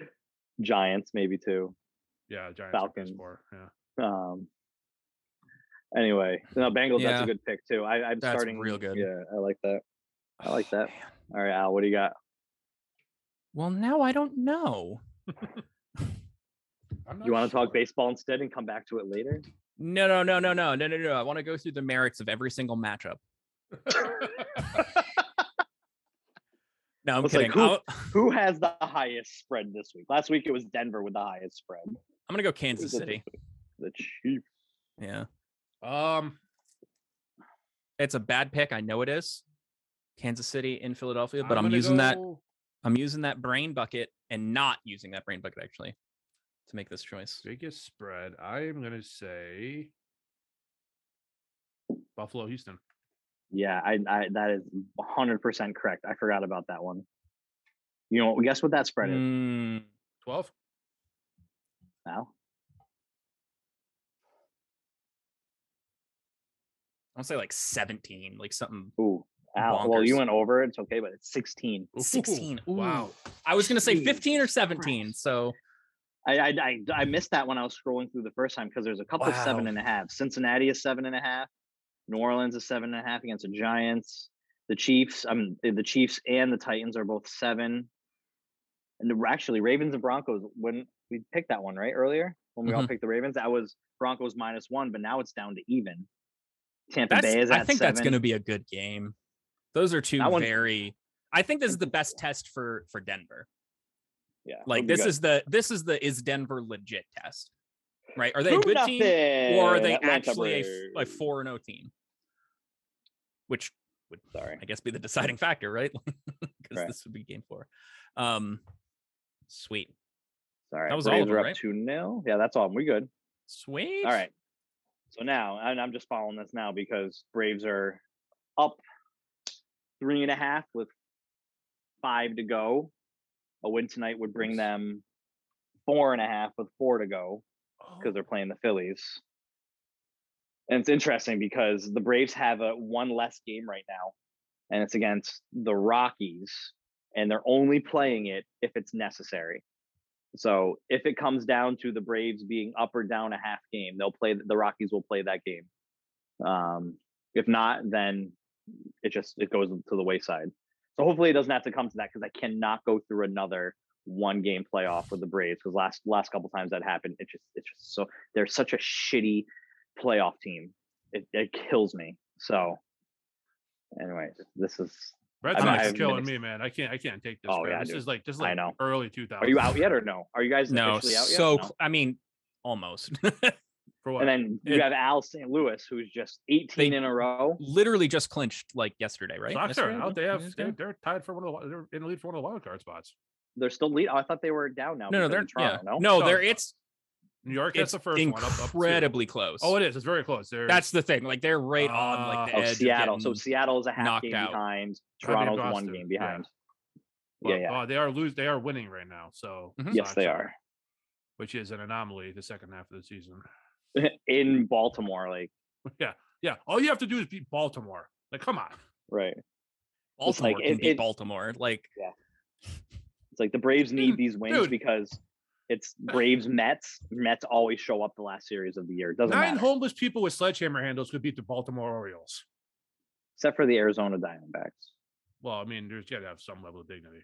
Giants maybe too. Yeah, Giants. are piss Falcons. poor, Yeah. Um. Anyway, no Bengals. That's Yeah. a good pick too. I, I'm That's starting real good. Yeah, I like that. I like Oh, that. man. All right, Al, what do you got? Well, now I don't know. I'm not You want to sure. talk baseball instead and come back to it later? No, no, no, no, no, no, no, no. I want to go through the merits of every single matchup. No, I'm It's like, kidding. who- I'll- Who has the highest spread this week? Last week it was Denver with the highest spread. I'm gonna go Kansas Who's City. The Chiefs. Yeah, *laughs* Um, it's a bad pick. I know it is. Kansas City in Philadelphia, but I'm, gonna using that. go- I'm using that brain bucket and not using that brain bucket actually to make this choice. biggest spread. I am gonna say Buffalo, Houston. Yeah, I, I that is 100 percent correct. I forgot about that one. You know, guess what that spread is Mm, Twelve. now? I'll say like 17, like something. Ooh, Al. Well, you Bonkers. went over. It's okay, but it's 16. Ooh, 16. Wow. I was gonna say Jesus 15 or 17. Christ. So I, I I I missed that when I was scrolling through the first time because there's a couple of seven Wow. and a half. Cincinnati is seven and a half. New Orleans is seven and a half against the Giants. The Chiefs, I mean, the Chiefs and the Titans are both seven. And the, actually, Ravens and Broncos. When we picked that one right earlier, when we all Mhm. picked the Ravens, that was Broncos minus one, but now it's down to even. Tampa that's, Bay is at I think seven. that's going to be a good game. Those are two That one- very. I think this is the best test for for Denver. yeah, Like this is the this is the is Denver legit test, right? Are they a Two good nothing, team or are they Atlanta actually a f- a Braves. four and O team? Which would Sorry. I guess be the deciding factor, right? *laughs* Because Right. this would be game four. Um, sweet, Sorry, That was all Braves of are them, up right? two 0 Yeah, that's all. We good. sweet. All right. So now, and I'm just following this now because Braves are up three and a half with five to go. A win tonight would bring them four and a half with four to go because they're playing the Phillies. And it's interesting because the Braves have a one less game right now, and it's against the Rockies, and they're only playing it if it's necessary. So if it comes down to the Braves being up or down a half game, they'll play the Rockies will play that game. Um, if not, then it just it goes to the wayside. So hopefully it doesn't have to come to that because I cannot go through another one game playoff with the Braves because last last couple times that happened, it just it's just so they're such a shitty playoff team. It, it kills me. So, anyways, this is Red I'm- Sox is I've killing missed- me, man. I can't. I can't take this. Oh, man. yeah, this dude. is like this is I like know. early 2000s. Are you out yet or no? Are you guys no, officially out yet? so No. cl- I mean, almost. *laughs* For what? And then you It- have Al St. Louis, who's just 18 They- in a row. Literally just clinched like yesterday, right? Sox are Yesterday, out. no? They Two have. days They're, ago? they're tied for one of the. wi- They're in the lead for one of the wild card spots. They're still lead. Oh, I thought they were down now. no, no, because they're of Toronto, yeah. no. no, No, they're no. it's New York gets it's the first one. Up, up two. incredibly close. Oh, it is. It's very close. They're, that's the thing. Like they're right on like the Oh, edge. of Seattle. So getting- Seattle's a half knocked game out. behind. I'd be Toronto's one exhausted, game yeah. behind. but, Yeah, yeah. uh, they are lose. They are winning right now. So Mhm. yes, Sox they are. *laughs* Which is an anomaly. The second half of the season. *laughs* in Baltimore, like Yeah. All you have to do is beat Baltimore. Like, come on. right. It's Baltimore like, can it- beat it- Baltimore. Like It's like the Braves need these wins dude. because *laughs* it's Braves Mets. Mets always show up the last series of the year. It doesn't Nine matter. homeless people with sledgehammer handles could beat the Baltimore Orioles. Except for the Arizona Diamondbacks. Well, I mean, there's got to have some level of dignity.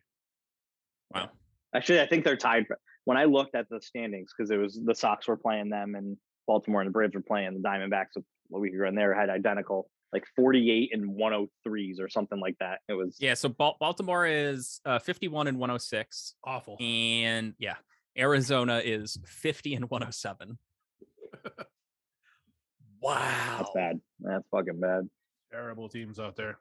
wow. Actually, I think they're tied. For, when I looked at the standings, because it was the Sox were playing them and Baltimore and the Braves were playing the Diamondbacks a week ago, and they had identical like 48 and 103s or something like that. It was Yeah, so Bal- Baltimore is uh, 51 and 106 Awful. Mm. and yeah, Arizona is 50 and 107. wow. that's bad. That's fucking bad. *laughs* Terrible teams out there.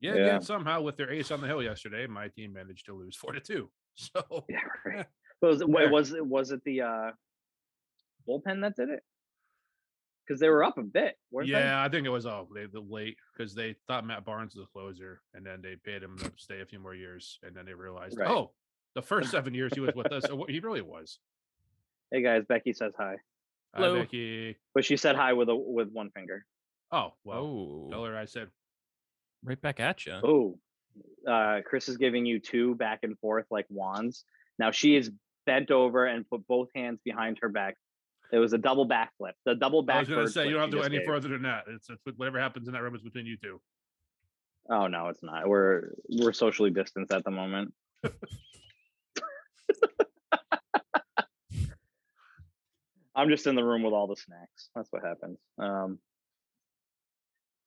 Yeah, Yeah. Yet somehow with their ace on the hill yesterday, my team managed to lose four to two. *laughs* So Yeah, right. But was it, wa- Fair. was it was it the uh, bullpen that did it? Because they were up a bit, weren't they? yeah, I think it was all they the late because they thought Matt Barnes was a closer, and then they paid him to stay a few more years, and then they realized, Right. oh, the first *laughs* seven years he was with us, oh, he really was. Hey guys, Becky says hi, Hi, Hello. Becky. but she said hi with a with one finger. Oh well, tell Oh, her I said right back at you. Oh, uh, Chris is giving you two back and forth like wands. Now she is bent over and put both hands behind her back. It was a double backflip. The double backflip. I was going to say you don't have to go any further than that. It's, it's whatever happens in that room is between you two. Oh no, it's not. We're we're socially distanced at the moment. *laughs* I'm just in the room with all the snacks. That's what happens. Um,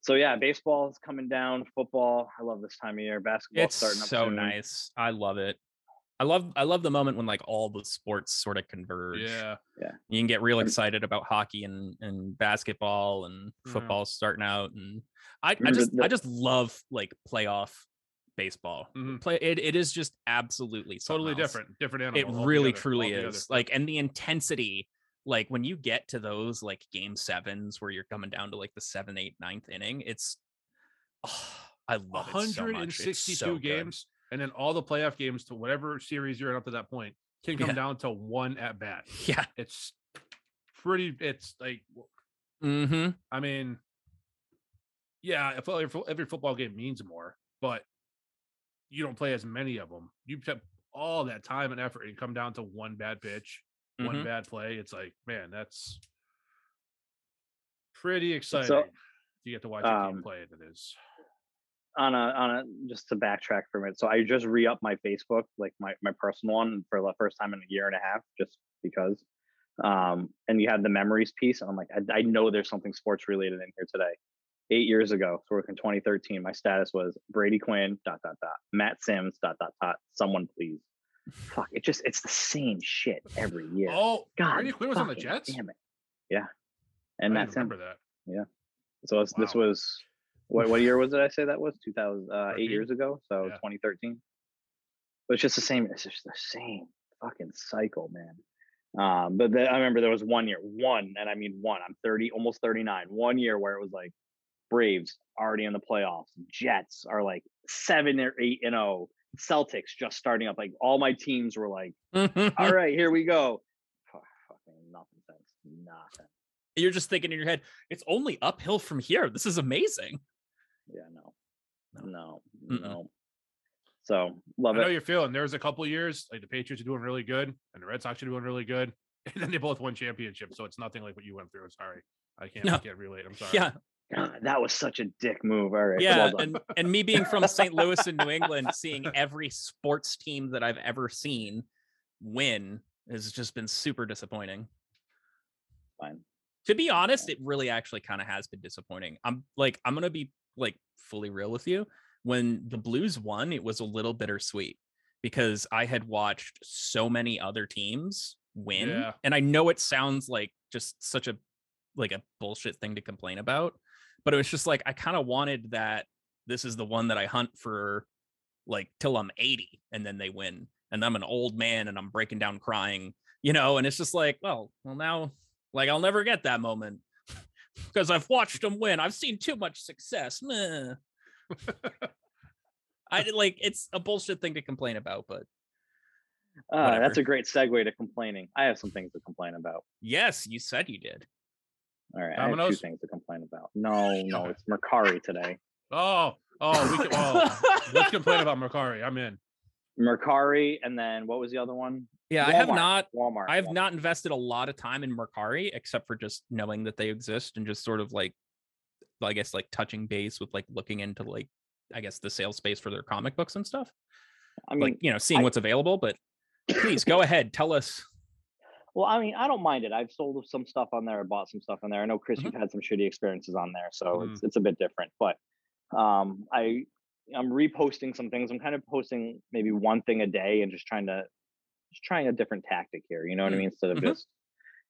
so yeah, baseball is coming down. Football, I love this time of year. Basketball It's starting up so soon. nice. I love it. I love I love the moment when like all the sports sort of converge. Yeah, You can get real Rem- excited about hockey and, and basketball and Yeah. football starting out and I, I Mm. Remember just I the- just love like playoff baseball. Mhm. Play it it is just absolutely something totally else. different, different animal. It really altogether, truly altogether. is. Like and the intensity like when you get to those like game 7s where you're coming down to like the seventh, eighth, ninth inning, it's oh, I love it so much. It's 162 so good. games, and then all the playoff games to whatever series you're in up to that point can come Yeah. down to one at bat. Yeah. It's pretty. It's like Mm-hmm. I mean, yeah, if every fo- every football game means more, but you don't play as many of them. You put all that time and effort and come down to one bad pitch, mm-hmm, Mm-hmm. one bad play. It's like, man, that's pretty exciting. you get to watch a team um, play it. It is. on a on a just to backtrack from it. So I just re up my Facebook, like my my personal one, for the first time in a year and a half, just because. Um, and you have the memories piece, and I'm like, I, I know there's something sports related in here today. Eight years ago, so we're in 2013, my status was Brady Quinn dot dot dot Matt Sims dot dot dot. Someone please. Fuck! It just it's the same shit every year. Oh, God, Brady Quinn was on the fucking Jets. Damn it. Yeah, and I Matt didn't Sims. remember that. So it's, this Wow. was what what year was it? I say that was two thousand uh, eight 13? years ago, so Yeah. twenty thirteen. But it's just the same. It's just the same fucking cycle, man. Um, but the, I remember there was one year, one, and I mean one. I'm thirty, almost thirty nine. One year where it was like, Braves already in the playoffs. Jets are like seven or eight and oh. Celtics just starting up. Like all my teams were like, mm-hmm. all right, here we go. Fuck, Fucking nothing sense. Nothing. You're just thinking in your head, it's only uphill from here. This is amazing. Yeah, no. No. Mm-mm. No. So I love know it. you're feeling. There was a couple years like the Patriots are doing really good, and the Red Sox are doing really good, *laughs* and then they both won championships. So it's nothing like what you went through. Sorry, I can't. I No. can't relate. I'm sorry. Yeah, *laughs* God, that was such a dick move. All right. yeah, well done. and and me being from St. Louis and New England, seeing every sports team that I've ever seen win has just been super disappointing. Fine. To be honest, it really actually kind of has been disappointing. I'm like, I'm gonna be like fully real with you. When the Blues won, it was a little bittersweet because I had watched so many other teams win, Yeah. and I know it sounds like just such a like a bullshit thing to complain about, but it was just like I kind of wanted that. This is the one that I hunt for, like till I'm 80, and then they win, and I'm an old man and I'm breaking down crying, you know. And it's just like, well, well now, like I'll never get that moment because I've watched them win. I've seen too much success. Meh. I did like it's a bullshit thing to complain about, but Uh, that's whatever. a great segue to complaining. I have some things to complain about. yes, you said you did. All right. I have two Dominoes? things to complain about. *laughs* No, no, Okay. it's Mercari today. Oh, oh, we can, oh. Let's complain *laughs* about Mercari. I'm in. Mercari, and then what was the other one? yeah, I have Walmart. not Walmart. I have Walmart. not invested a lot of time in Mercari except for just knowing that they exist and just sort of like, I guess, like touching base with like looking into like, I guess, the sales space for their comic books and stuff. I mean, like, you know, seeing I- what's available. But *coughs* please go ahead, tell us. well, I mean, I don't mind it. I've sold some stuff on there. I bought some stuff on there. I know Chris, Mhm. you've had some shitty experiences on there, so Mm-hmm. it's it's a bit different. But um, I I'm reposting some things. I'm kind of posting maybe one thing a day and just trying to just trying a different tactic here. You know what I Mm. mean? Instead of Mhm. just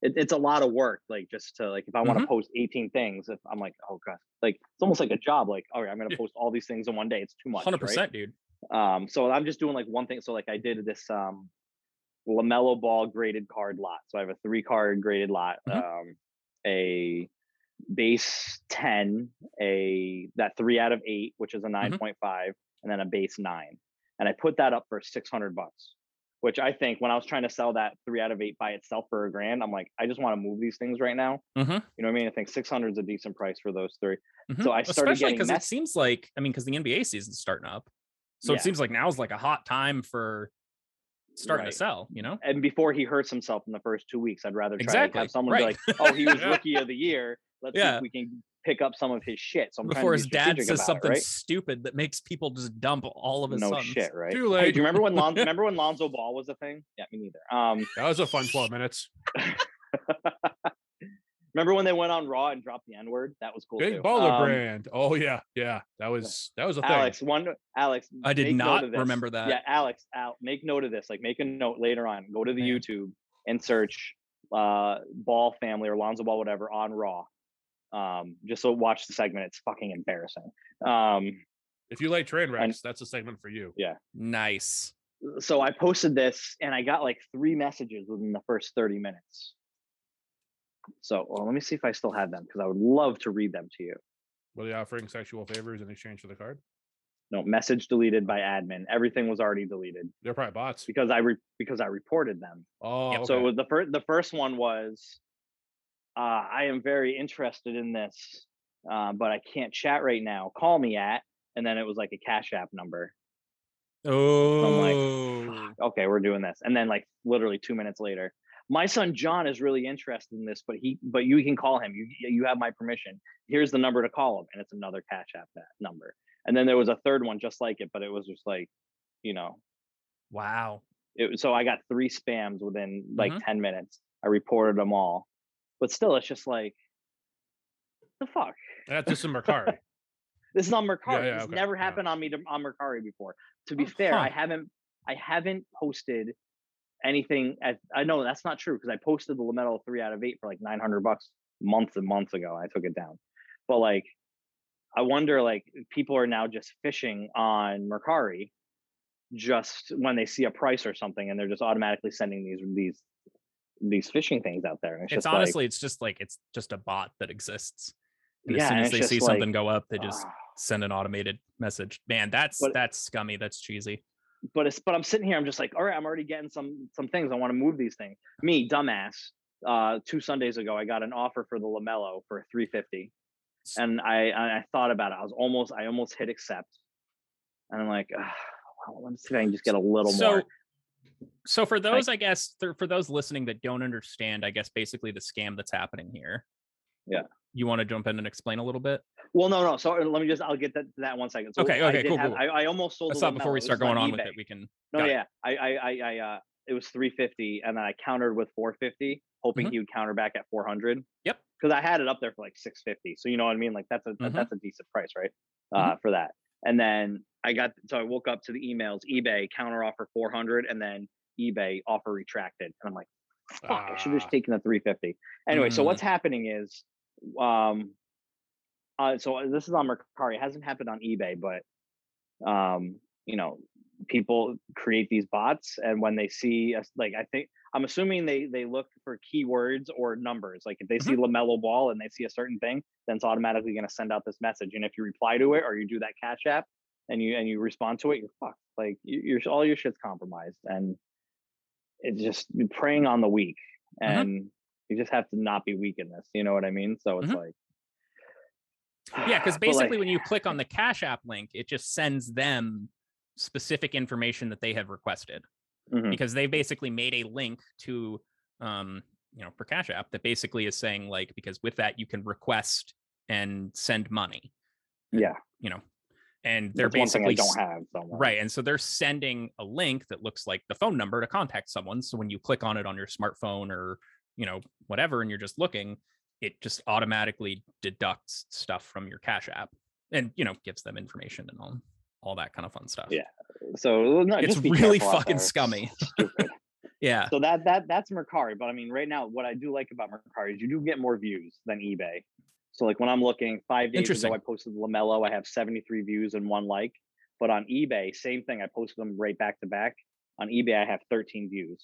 it, it's a lot of work. Like just to like if I want to Mhm. post 18 things, if I'm like, oh god, like it's almost like a job. Like, all right, I'm gonna Mm-hmm. Yeah. post all these things in one day. It's too much. Hundred right? percent, dude. Um, so I'm just doing like one thing. So like I did this um Lamelo Ball graded card lot. So I have a three card graded lot, Mhm. um, a base ten, a that three out of eight, which is a Mm-hmm. nine point five, and then a base nine. And I put that up for six hundred bucks, which I think when I was trying to sell that three out of eight by itself for a grand, I'm like, I just want to move these things right now. Mhm. You know what I mean? I think six hundred is a decent price for those three. Mhm. So I started Especially getting because it mess- seems like I mean, because the NBA season's starting up, so Yeah. it seems like now's like a hot time for starting Right. to sell. You know, and before he hurts himself in the first two weeks, I'd rather try to Exactly, have someone right. be like, "Oh, *laughs* he was Yeah. rookie of the year. Let's see Yeah. if we can pick up some of his shit." So I'm trying to before be his dad strategic says about something it, stupid that makes people just dump all of right? his No sons. shit, right? Too Hey, late. do you remember when *laughs* Lon- remember when Lonzo Ball was a thing? Yeah, me neither. Um, That was a fun 12 minutes. remember when they went on Raw and dropped the N word? That was cool. Big too. baller Um, brand. Oh yeah, yeah. That was that was a thing. Alex, one Alex. I did make note not of this. remember that. Yeah, Alex, Al, make note of this. Like, make a note later on. Go to the Man. YouTube and search uh Ball family or Lonzo Ball, whatever, on Raw. Um, just so watch the segment. It's fucking embarrassing. Um, If you like train wrecks, that's a segment for you. Nice. so I posted this and I got like three messages within the first 30 minutes. So well, let me see if I still have them because I would love to read them to you. Were they offering sexual favors in exchange for the card? No message deleted by admin. Everything was already deleted They're probably bots. because I re- because I reported them. Oh, Yep. okay. So it was the first the first one was uh, I am very interested in this, uh, but I can't chat right now. Call me at and then it was like a cash app number. Oh, *sighs* Mm. Okay, we're doing this. And then like literally two minutes later, my son John is really interested in this, but he but you can call him. You you have my permission. Here's the number to call him, and it's another cash app that number. And then there was a third one just like it, but it was just like, you know, wow. it, was- so I got three spams within like Mhm. 10 minutes. I reported them all. But still, it's just like, the fuck? that's just a *laughs* Mercari. This is on Mercari. yeah, this okay, never yeah. happened on me to, on Mercari before. To be Oh, fair, I huh. haven't I haven't posted anything at I know that's not true because I posted the Lamedo three out of eight for like 900 bucks months and months ago. I took it down. But like I wonder like if people are now just fishing on Mercari just when they see a price or something and they're just automatically sending these these these phishing things out there. And it's, It's just like, honestly, it's just like it's just a bot that exists. And Yeah, as soon and it's as they just see like, something go up, *sighs* they just ah. send an automated message. Man, that's But- that's scummy. That's cheesy. but it's but I'm sitting here. I'm just like, all right, I'm already getting some some things. I want to move these things. Me, dumbass. Uh, two Sundays ago, I got an offer for the Lamelo for 350, and I I I thought about it. I was almost I almost hit accept, and I'm like, "Ah, well, let me see if I can just get a little more. So for those, I guess, th- for those listening that don't understand, I guess basically the scam that's happening here. Yeah. You want to jump in and explain a little bit? Well, no, no. So let me just I'll get that to that in one second. So Okay, I okay, did cool, have- cool. I, I almost sold. Let's the stop before we Lamelo. This start is on going on with eBay. it. We can. No, Got it. yeah, I, I, I, I, uh, it was 350, and then I countered with 450, hoping Mhm. he would counter back at 400. Yep. Because I had it up there for like 650, so you know what I mean. Like that's a that- Mhm. that's a decent price, right? Mhm. Uh, for that. And then I got so I woke up to the emails, eBay counter offer 400, and then eBay offer retracted, and I'm like, fuck, I should have Ah. just taken the 350. Anyway, so Mm. what's happening is, um, uh, so uh, this is on Mercari. It hasn't happened on eBay, but um, you know, people create these bots, and when they see, us like, I think I'm assuming they they look for keywords or numbers. Like if they see Lamelo Ball and they see a certain thing, then it's automatically going to send out this message. And if you reply to it or you do that Cash App and you and you respond to it, you're fucked. Like you, you're all your shit's compromised, and it's just you're preying on the weak. Mhm. And you just have to not be weak in this. You know what I mean? So it's Mhm. like. Yeah, *sighs* because But, like, basically when you click on the Cash App link, it just sends them specific information that they have requested Mhm. because they basically made a link to um you know for Cash App that basically is saying like because with that you can request and send money, yeah, you know. And they're that's basically one s- thing I don't have. So I'm like, Right. And so they're sending a link that looks like the phone number to contact someone. So when you click on it on your smartphone or, you know, whatever, and you're just looking, it just automatically deducts stuff from your Cash App and, you know, gives them information and all, all that kind of fun stuff. Yeah. So no, It's just be really careful out fucking there. It's scummy. stupid. Yeah. so that that that's Mercari. But I mean, right now, what I do like about Mercari is you do get more views than eBay. So like when I'm looking five days Interesting. ago, I posted Lamelo. I have 73 views and one like. But on eBay, same thing. I posted them right back to back. On eBay, I have 13 views.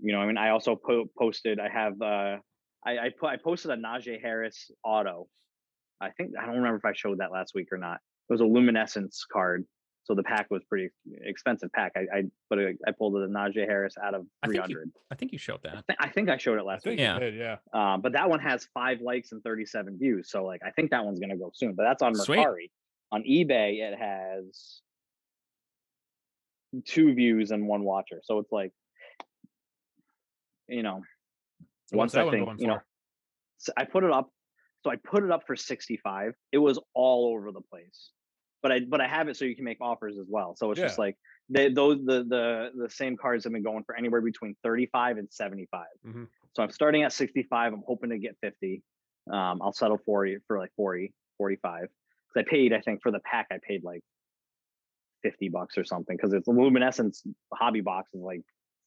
You know, I mean, I also po- posted. I have. uh I I, put, I posted a Najee Harris auto. I think I don't remember if I showed that last week or not. It was a luminescence card. So the pack was pretty expensive pack. I, I but I, I pulled the Najee Harris out of I three think you- hundred. I think you showed that. I think I showed it I last think week. yeah. Yeah. yeah. Uh, but that one has five likes and thirty-seven views. So like I think that one's gonna go soon. But that's on Sweet. Mercari. On eBay, it has two views and one watcher. So it's like, you know, So what's Once that I one think, going you know, for? so I put it up. So I put it up for 65. It was all over the place. But I but I have it so you can make offers as well. So it's just Yeah. like they, those the the the same cards have been going for anywhere between 35 and 75. Mhm. So I'm starting at 65. I'm hoping to get 50. Um, I'll settle for you for like 40, 45. Because I paid, I think for the pack, I paid like 50 bucks or something. Because it's luminescence hobby box is like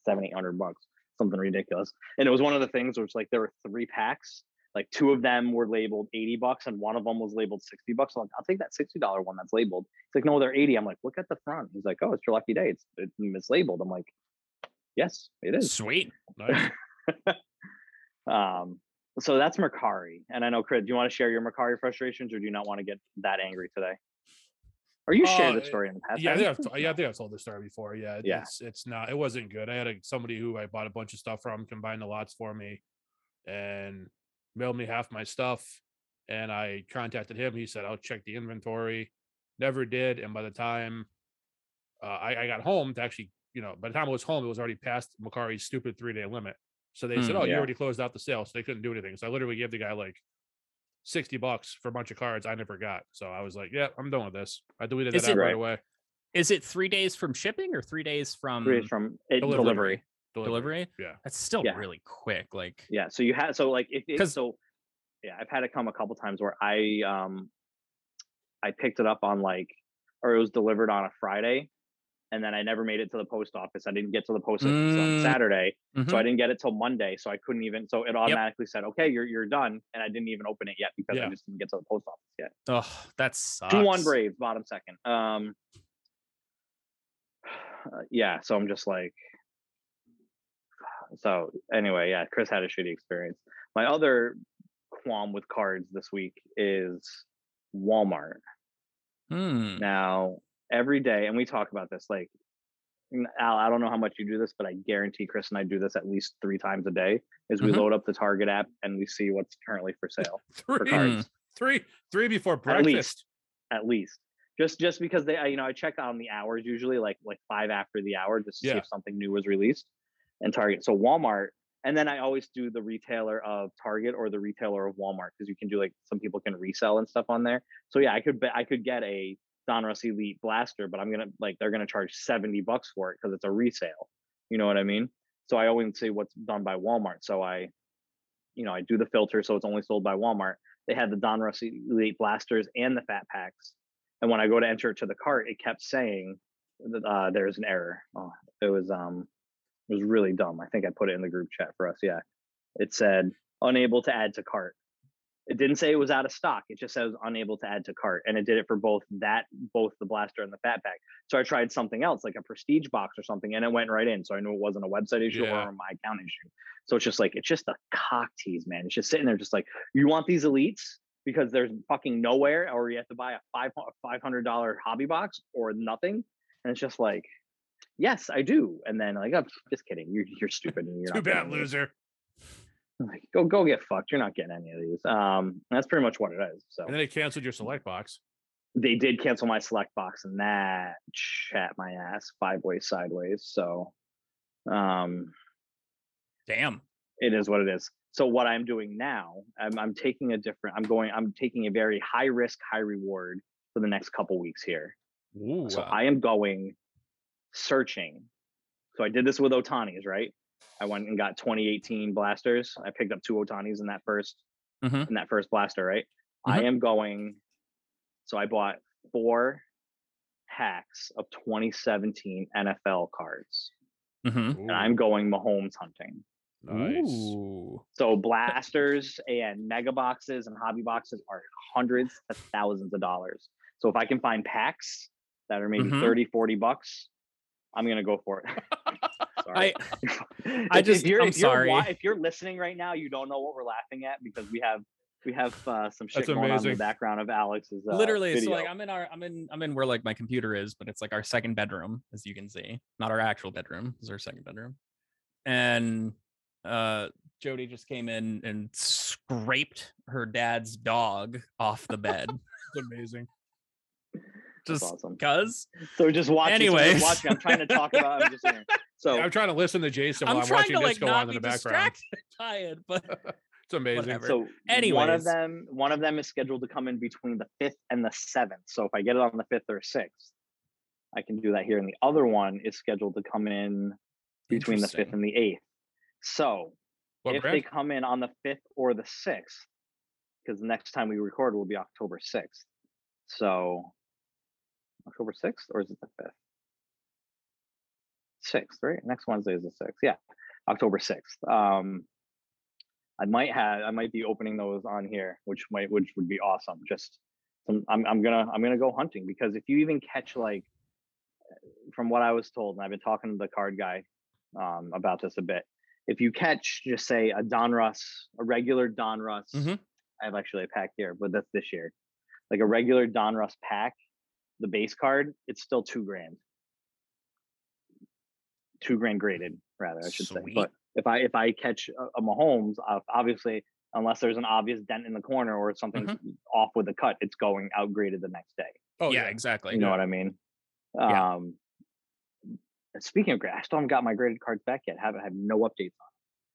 seven, eight hundred bucks, something ridiculous. And it was one of the things which like there were three packs. Like two of them were labeled 80 bucks and one of them was labeled 60 bucks. I'm like, I'll take that $60 one that's labeled. It's like, no, they're 80. I'm like, look at the front. He's like, oh, it's your lucky day. It's, it's mislabeled. I'm like, yes, it is. Sweet. Nice. Um, so that's Mercari. And I know, Chris, do you want to share your Mercari frustrations or do you not want to get that angry today? Or you shared Uh, the story in the past. yeah, I haven't think I've you? *laughs* t- yeah, I think I've told this story before. Yeah, it- Yeah. it's it's not. It wasn't good. I had a, somebody who I bought a bunch of stuff from combined the lots for me, and mailed me half my stuff. And I contacted him. He said I'll check the inventory. Never did. And by the time uh, I, I got home to actually, you know, by the time I was home, it was already past Macari's stupid three day limit. So they said, Mm, "Oh, you yeah. already closed out the sale," so they couldn't do anything. So I literally gave the guy like sixty bucks for a bunch of cards I never got. So I was like, "Yeah, I'm done with this." I deleted Is that out it- right Right. away. Is it three days from shipping or three days from Three is from it, mm, delivery. delivery. delivery? Yeah. That's still Yeah. really quick. Like, Yeah. So you had so like if it, 'Cause- so yeah, I've had it come a couple times where I um I picked it up on like or it was delivered on a Friday and then I never made it to the post office. I didn't get to the post office on Mm. Saturday. So mhm. I didn't get it till Monday. So I couldn't even so it automatically said, Okay, you're you're done. And I didn't even open it yet because Yeah. I just didn't get to the post office yet. oh, that sucks. Two one Braves, bottom second. Um uh, yeah, so I'm just like so anyway, yeah, Chris had a shitty experience. My other qualm with cards this week is Walmart. Hmm. Now, every day, and we talk about this, like, n- Al, I don't know how much you do this, but I guarantee Chris and I do this at least three times a day is we Mhm. load up the Target app and we see what's currently for sale for Hmm. Three, cards, three, three before At least. breakfast. at least. Just just because they, I, you know, I check on the hours usually, like like five after the hour, just to see Yeah. if something new was released. And Target, so Walmart, and then I always do the retailer of Target or the retailer of Walmart because you can do like some people can resell and stuff on there. So yeah, I could bet I could get a Donruss Elite blaster, but I'm gonna like they're gonna charge seventy bucks for it because it's a resale. You know what I mean? So I always see what's done by Walmart. So I, you know, I do the filter so it's only sold by Walmart. They had the Donruss Elite blasters and the Fat Packs, and when I go to enter it to the cart, it kept saying that, uh, there's an error. Oh, it was um, it was really dumb. I think I put it in the group chat for us. Yeah, it said unable to add to cart it didn't say it was out of stock. It just says unable to add to cart, and it did it for both that, both the blaster and the fat pack. So I tried something else, like a prestige box or something, and it went right in. So I knew it wasn't a website issue Yeah. or my account issue. So it's just like it's just a cock tease, man. It's just sitting there, just like you want these elites because there's fucking nowhere, or you have to buy a five five hundred dollar hobby box or nothing, and it's just like, yes, I do. And then like, I'm just kidding. You're you're stupid. And you're Too not getting bad, any. loser. I'm *laughs* Like, go go get fucked. You're not getting any of these. Um, that's pretty much what it is. So And then they canceled your select box. they did cancel my select box and that chat my ass five ways sideways. So um Damn. it is what it is. So what I'm doing now, I'm, I'm taking a different I'm going I'm taking a very high risk, high reward for the next couple weeks here. Ooh, So wow. uh, I am going searching. So I did this with Otani's, right? I went and got 2018 blasters. I picked up two Otani's in that 1st Mhm. Mm-hmm. in that first blaster, right? I am going. So I bought four packs of 2017 NFL cards, Mm-hmm. Ooh, and I'm going Mahomes hunting. nice. Ooh. So blasters and mega boxes and hobby boxes are hundreds to thousands of dollars. So if I can find packs that are maybe Mhm. thirty, forty 30, 40 bucks, I'm going to go for it. *laughs* I Sorry. I If- just- if you're, I'm if you're wa- sorry. if you're listening right now, you don't know what we're laughing at because we have we have uh, some shit That's going on in amazing. the background of Alex's uh, literally so like video. i'm in our i'm in i'm in where like my computer is but it's like our second bedroom as you can see not our actual bedroom this is our second bedroom and uh jody just came in and scraped her dad's dog off the bed That's amazing. *laughs* That's just awesome. cuz So just watch. Anyways. Anyways, watch me. I'm trying to talk about. *laughs* I'm just here. So I'm trying to listen to Jason while i'm I'm, trying watching to this like go on not in be the background. distracted by it but It's amazing. whatever. so one Anyways. of them one of them is scheduled to come in between the fifth and the seventh. So if I get it on the fifth or sixth, I can do that here. And the other one is scheduled to come in *laughs* between the fifth Interesting. and the eighth. So What if brand? they come in on the fifth or the sixth, because the next time we record will be October sixth. So October sixth, or is it the fifth? Sixth, right? Next Wednesday is the sixth. Yeah, October sixth. Um, I might have, I might be opening those on here, which might, which would be awesome. Just, some, I'm, I'm gonna, I'm gonna go hunting because if you even catch like, from what I was told, and I've been talking to the card guy um, about this a bit. If you catch, just say a Donruss, a regular Donruss. Mhm. I have actually a pack here, but that's this year. Like a regular Donruss pack, the base card, it's still two grand. Two grand graded, rather, I should say. But Sweet. if I if I catch a, a Mahomes, uh, obviously, unless there's an obvious dent in the corner or something's off with the cut, it's going outgraded the next day. oh yeah, yeah, exactly You know what I mean? Yeah. Um, and speaking of grade, I still haven't got my graded cards back yet. Haven't had no updates on. it.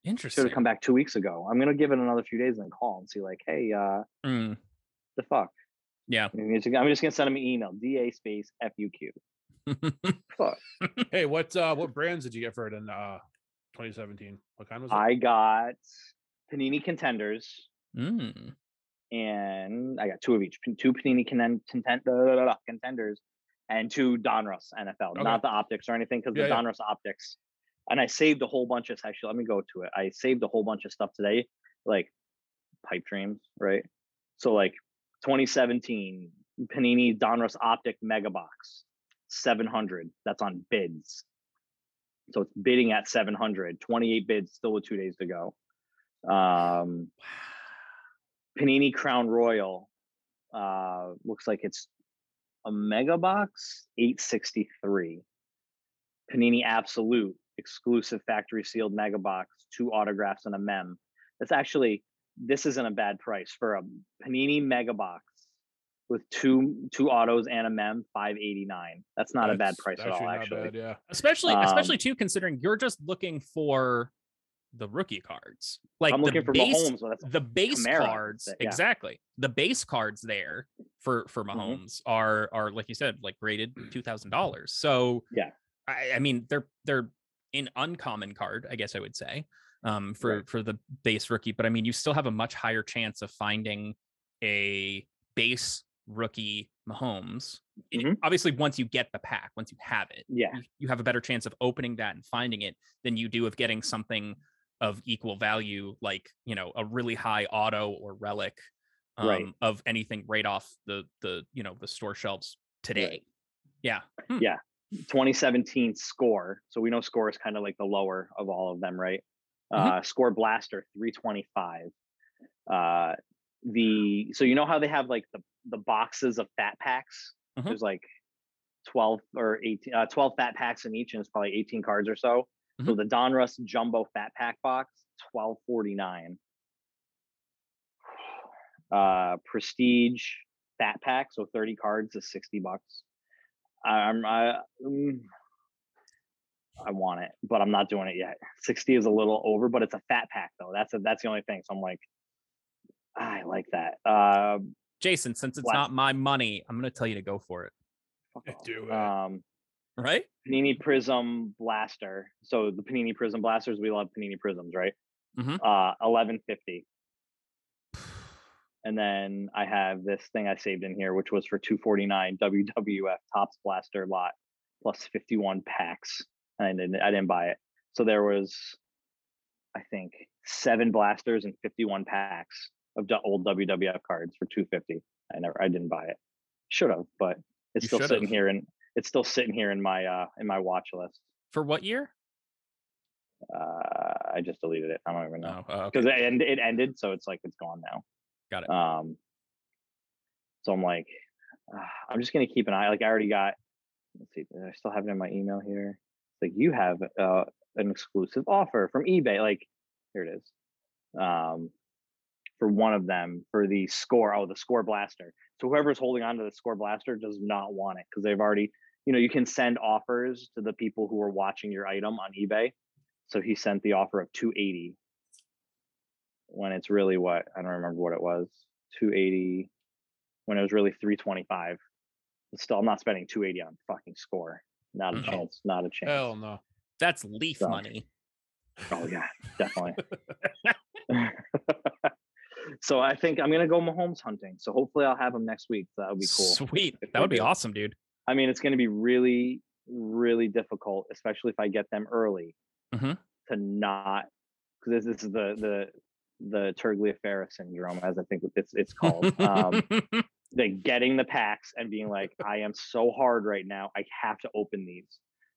Should interesting have come back two weeks ago. I'm gonna give it another few days and then call and see like, hey, uh, Mm, the fuck. yeah I'm just I'm just gonna send him an email. Da space fuq. Fuck. *laughs* Hey, what uh what brands did you get for it in uh 2017? What kind was it? I got Panini contenders Mm. and I got two of each. Pan- Two Panini conten- content- da- da- da- da- contenders and two Donruss NFL. Okay. Not the optics or anything because Yeah, the yeah. Donruss optics. And I saved a whole bunch of actually. Let me go to it. I saved a whole bunch of stuff today, like pipe dreams, right? So like 2017 Panini Donruss Optic Mega Box, 700. That's on bids. So it's bidding at 700. 28 bids, still with two days to go. Um, Panini Crown Royal. Uh, looks like it's a mega box, 863. Panini Absolute, exclusive factory sealed mega box, two autographs and a mem. That's actually this isn't a bad price for a Panini mega box with two two autos and a mem, 589. That's not a bad That's price at all, not actually. bad, yeah. especially Um, especially too considering you're just looking for the rookie cards like I'm the looking for base Mahomes, but that's the base Kamara, cards but yeah. Mm-hmm. exactly the base cards there for for Mahomes are are like you said like *clears throat* graded two thousand dollars so Yeah. I, I mean they're they're an uncommon card I guess I would say um for Right. for the base rookie but I mean you still have a much higher chance of finding a base rookie Mahomes I- Mhm. obviously once you get the pack once you have it yeah. you- you have a better chance of opening that and finding it than you do of getting something of equal value like you know a really high auto or relic um, Right. of anything right off the the you know the store shelves today yeah 2017 score. So we know score is kind of like the lower of all of them, right? Uh, score blaster 325. Uh, the so you know how they have like the the boxes of fat packs. Mhm. There's like 12 or 18, uh, 12 fat packs in each, and it's probably 18 cards or so. So Mhm. the Donruss Jumbo Fat Pack box 1249. *sighs* Uh, Prestige Fat Pack, so 30 cards is 60 bucks. I'm I mm, I want it, but I'm not doing it yet. 60 is a little over, but it's a fat pack though. That's a, that's the only thing. So I'm like, "Ah, I like that. Uh, jason since it's What? not my money i'm going to tell you to go for it fuck Yeah, off. do it. Um, right Panini Prism Blaster. So the Panini Prism Blasters, we love Panini Prisms, right? Mhm. Uh, eleven fifty. And then I have this thing I saved in here, which was for two forty nine WWF Tops Blaster lot plus fifty one packs. And I didn't, I didn't buy it. So there was, I think, seven blasters and fifty one packs of d- old WWF cards for two fifty. I never, I didn't buy it. Should have, but it's You still should've. sitting here and it's still sitting here in my uh in my watch list. for what year Uh, I just deleted it. I don't even know oh uh, okay. because it, end, it ended, so it's like it's gone now. Got it. Um, so I'm like, ah, I'm just gonna keep an eye. Like I already got. Let's see, did I still have it in my email here. It's like you have uh, an exclusive offer from eBay. Like here it is. Um, for one of them for the score. Oh, the score blaster. So whoever's holding on to the score blaster does not want it because they've already. You know, you can send offers to the people who are watching your item on eBay. So he sent the offer of 280 when it's really what I don't remember what it was 280 when it was really 325. But still, I'm not spending 280 on fucking score. Not a Mm. chance. Not a chance. Hell no. that's leaf So- money Oh yeah, definitely. *laughs* so I think I'm gonna go Mahomes hunting. So hopefully I'll have him next week. That would be cool. sweet If we that would be do. awesome dude *laughs* I mean, it's going to be really, really difficult, especially if I get them early, Mhm. to not because this, this is the the the Turgliafera syndrome, as I think it's it's called. *laughs* um, the getting the packs and being like, I am so hard right now, I have to open these,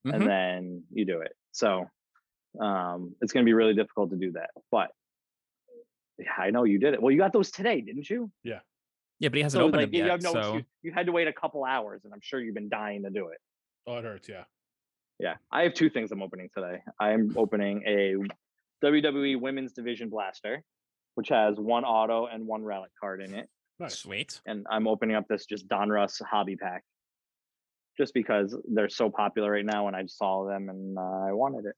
Mhm. and then you do it. So um, it's going to be really difficult to do that, but. yeah, I know you did it. Well, you got those today, didn't you? yeah but he hasn't opened like, them yet you have no so excuse. You had to wait a couple hours, and I'm sure you've been dying to do it. Oh, it hurts. Yeah. Yeah, I have two things I'm opening today. I'm opening a WWE Women's Division Blaster, which has one auto and one relic card in it, Nice. sweet and I'm opening up this just Donruss Hobby Pack, just because they're so popular right now, and I just saw them and uh, I wanted it.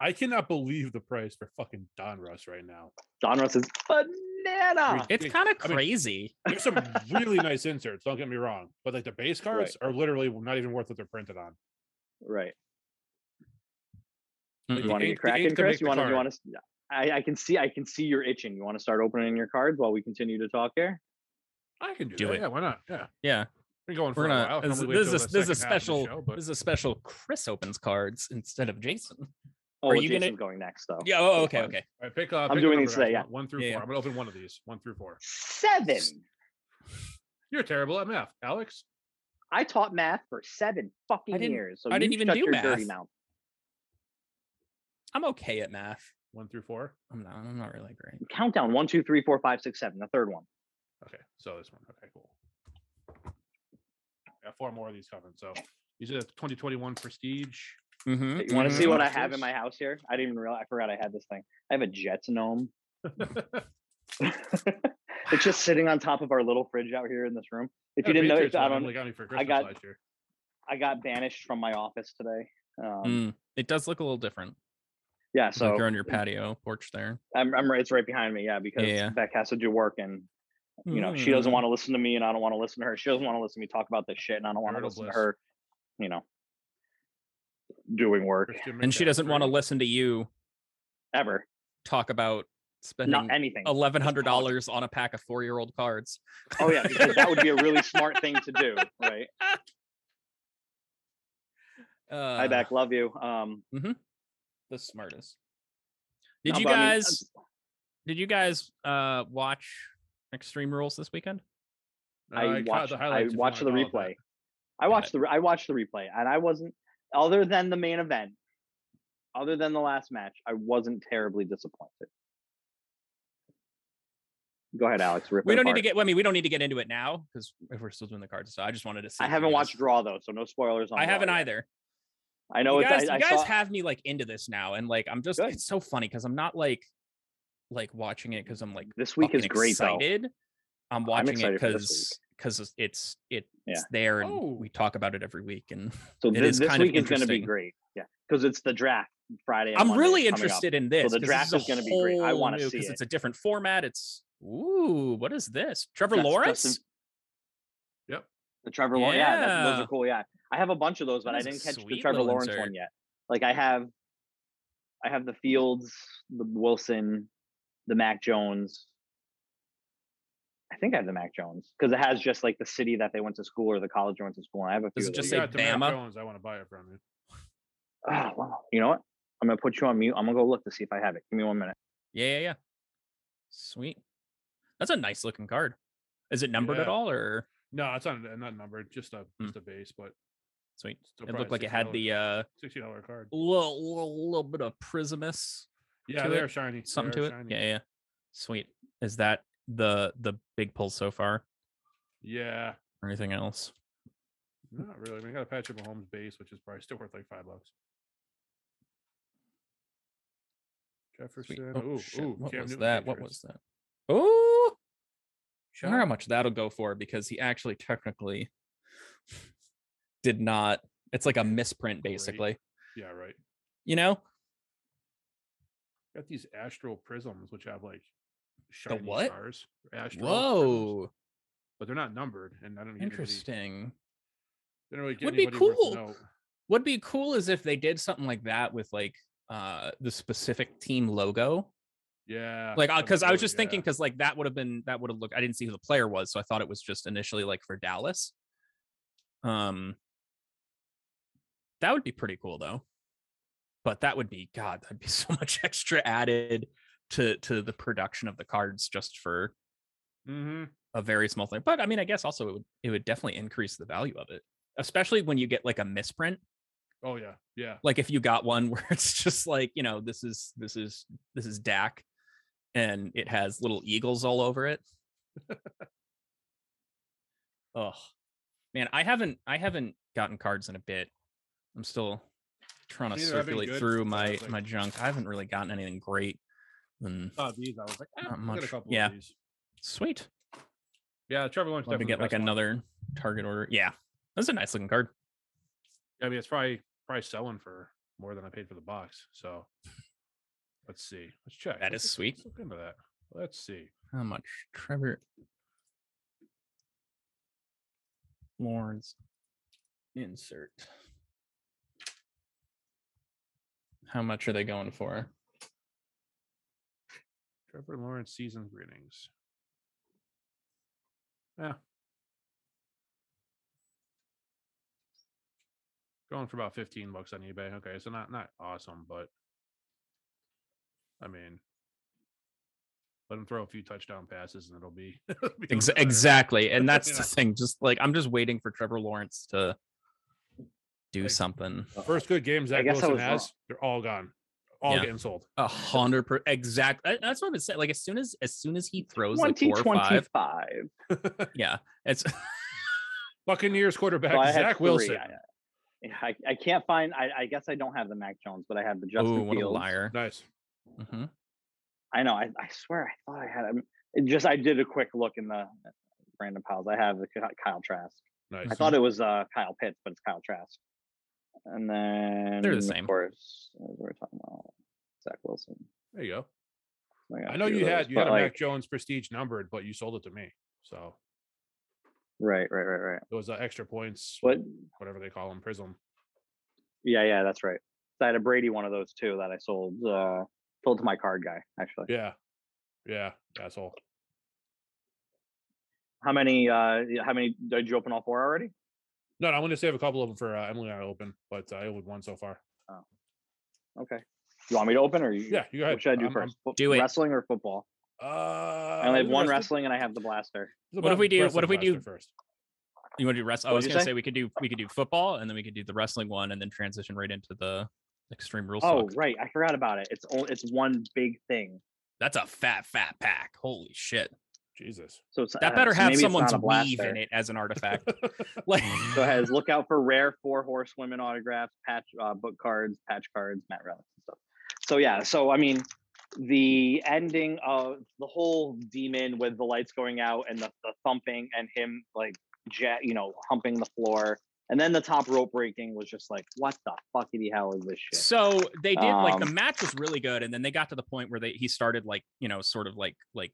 I cannot believe the price for fucking Donruss right now. Donruss is banana. Re- it's Wait, kind of I mean- crazy There's *laughs* some really nice inserts. Don't get me wrong, but like the base cards are literally not even worth what they're printed on. Right. Like, You Mm-hmm. the want to ink- get the cracking, ink to Chris? make You the want to? You card. want to? I, I can see. I can see you're itching. You want to start opening your cards while we continue to talk here? I can do, Do that. it. Yeah, why not? Yeah, yeah been going for we're a while. gonna this, Normally wait this till is the a, this is a second half of the special show, but- this is a special chris opens cards instead of jason Oh, Are well, you gonna- Jason's going next though. yeah oh, okay, okay okay. okay All right, pick, uh, I'm pick a doing number, these today, guys. yeah. One- One through Yeah, yeah. four. I'm gonna open one of these. One through four. Seven. You're terrible at math, Alex. I taught math for seven fucking I didn't- years. So I you didn't even shut do your dirty math. mouth. i'm okay at math One through four. i'm not i'm not really great Countdown one, two, three, four, five, six, seven. The third one. Okay, so this one. Okay, cool. Got four more of these coming. So these are the 2021 Prestige. Mm-hmm. You want to see Mhm. what I have in Upstairs. my house here? I didn't even realize. I forgot I had this thing. I have a *laughs* Jets gnome. *laughs* It's just sitting on top of our little fridge out here in this room. If you didn't know, if- I Like don't. got me for Christmas got- last year. I got banished from my office today. Um, It does look a little different. Yeah, So so Mm. like you're on your patio porch there. I'm, I'm right. It's right behind me. Yeah, because Yeah. Beck has to do work, and you know she doesn't Mm. want to listen to me, and I don't want to listen to her. She doesn't want to listen to me talk about this shit, and I don't want to Marital listen bliss. to her. You know, doing work Christian and she doesn't want to McCaffrey. listen to you ever, talk about spending not anything. eleven hundred dollars on a pack of four year old cards. Oh yeah, because that would be a really smart thing to *laughs* do, right? Uh, Hi, Beck. Love you. Um, the smartest. Did no, you but I mean, uh, guys? that's- did you guys uh watch Extreme Rules this weekend? Uh, I caught watched. the I highlights if you watched the wanna call it replay. I watched the. I watched the replay, and I wasn't. Other than the main event, other than the last match, I wasn't terribly disappointed. Go ahead, Alex. Rip it We don't need to apart. get. I mean, we don't need to get into it now because if we're still doing the cards, so I just wanted to see. I if you haven't guys- watched Raw though, so no spoilers on. I Raw haven't yet. either. I know you it's. guys, I, I you guys saw, have me like into this now, and like I'm just. Good. It's so funny because I'm not like, like watching it because I'm like this week is fucking great though. excited. I'm watching it excited for this because because it's it's Yeah. there and Oh. we talk about it every week and So It thi- is this, kind of week is going to be interesting. great. Yeah, because it's the draft Friday. and I'm Monday really is coming up. interested in this. the 'cause draft this is gonna be great. I wanna see because it. it's a different format. It's ooh, what is this? Trevor That's- that's Lawrence? the- Yep. The Trevor Lawrence. Yeah, that- those Yeah. are cool. Yeah, I have a bunch of those, but That I is a didn't catch the sweet Trevor little Lawrence insert. one yet. Like I have, I have the Fields, the Wilson, the Mac Jones. I think I have the Mac Jones because it has just like the city that they went to school or the college they went to school. And I have a few. Does of it You just those. say got the Mac Bama? Jones, I want to buy it from you. Oh, wow. You know what? I'm gonna put you on mute. I'm gonna go look to see if I have it. Give me one minute. Yeah, yeah, yeah. Sweet. That's a nice looking card. Is it numbered at Yeah. all or No, it's not not numbered, just a Hmm. just a base, but sweet? still it probably looked like it had $60 the uh sixty dollar card. little, little little bit of prismus Yeah, to they it, are shiny. They something are to it. shiny. Yeah, yeah. Sweet. Is that the the big pull so far Yeah, or anything else? not really. I mean, I got a Patrick Mahomes base, which is probably still worth like five bucks. Sweet. Jefferson. Oh, ooh, shit. ooh, what Cam was Newton that? What Patriots. was that? Oh, I wonder how *laughs* Shot. much that'll go for because he actually technically did not. It's like a misprint, Great. basically. Yeah, right. You know Got these astral prisms, which have like shiny what? stars. Astral prisms, Whoa, but they're not numbered, and I don't get anybody- interesting. they don't really get Would be anybody worth cool. note. What'd be cool is if they did something like that with like uh the specific team logo. Yeah, Like, that'd be because I was good, just thinking, yeah. because like that would have been that would have looked. I didn't see who the player was, so I thought it was just initially like for Dallas. Um, that would be pretty cool though. But that would be God. That'd be *laughs* so much extra added to to the production of the cards just for Mhm. a very small thing. But I mean, I guess also it would it would definitely increase the value of it, especially when you get like a misprint. Oh yeah, yeah. Like if you got one *laughs* where it's just like you know this is this is this is Dak, and it has little eagles all over it. oh man, I haven't I haven't gotten cards in a bit. I'm still trying to Neither have been circulate good, through so I my was like- my junk. I haven't really gotten anything great. And Saw these, I was like, ah, Not I'll get much. a couple Yeah. of these. sweet. Yeah, Trevor Lawrence Love to definitely get the like best one. another target order. Yeah. That's a nice looking card. I mean, it's probably probably selling for more than I paid for the box. So let's see. Let's check. That Let's is look- sweet. Let's look into that. Let's see. How much Trevor Lawrence insert? How much are they going for? Trevor Lawrence season greetings. Yeah. Going for about 15 bucks on eBay. Okay, so not not awesome, but I mean let him throw a few touchdown passes and it'll be, *laughs* it'll be Ex- even better. exactly. And *laughs* that's Yeah. the thing. Just like I'm just waiting for Trevor Lawrence to do Like- something. First good games I that guess I Wilson was wrong. has, they're all gone. all Yeah. getting sold. A hundred per exact. I- That's what I've been saying. Like as soon as as soon as he throws like Twenty four or twenty five, *laughs* five. yeah, it's Buccaneers quarterback So I had Zach three. Wilson. I, I, I can't find. I, I guess I don't have the Mac Jones, but I have the Justin oh, what a Fields. liar. Nice. Mhm. I know. I, I swear I thought I had him. It just I did a quick look in the random piles. I have the Ky- Kyle Trask. Nice. I thought it was uh, Kyle Pitts, but it's Kyle Trask. And then same. Of course, as we're talking about Zach Wilson. Oh There you go. got I a know few you of had those, you but, had a like, Mac Jones prestige numbered, but you sold it to me. So Right, right, right, right. it was uh, extra points, What? whatever they call them, prism. Yeah, yeah, that's right. I had a Brady one of those too that I sold. Uh, sold to my card guy actually. Yeah, yeah, asshole. How many? Uh, yeah, how many? Did you open all four already? No, no, I'm going to save a couple of them for uh, Emily and I to open, but uh, I opened one so far. Okay. You want me to open or you? Yeah, you go ahead. What should I do I'm- I'm- first? Fo- Do it. Wrestling or football? uh, I only have the one rest- wrestling and I have the blaster. the What if we best- do- rest what of if we blaster do- first? *laughs* You want to do rest? I What'd was you gonna say? say we could do we could do football and then we could do the wrestling one and then transition right into the extreme rules. Oh, talk. right. I forgot about it. It's only it's one big thing. that's a fat fat pack. Holy shit! Jesus. So it's, That uh, better so maybe have it's someone's not a weave blaster. Mm-hmm. in it as an *laughs* artifact. *laughs* like So it has look out for rare four horsewomen autographs, patch uh, book cards, patch cards, mat relics and stuff. So yeah, so I mean, the ending of the whole demon with the lights going out and the, the thumping and him like ja you know, humping the floor, and then the top rope breaking was just like, what the fuckity hell is this shit? *laughs* So they did like the Um, match was really good, and then they got to the point where they he started like you know sort of like like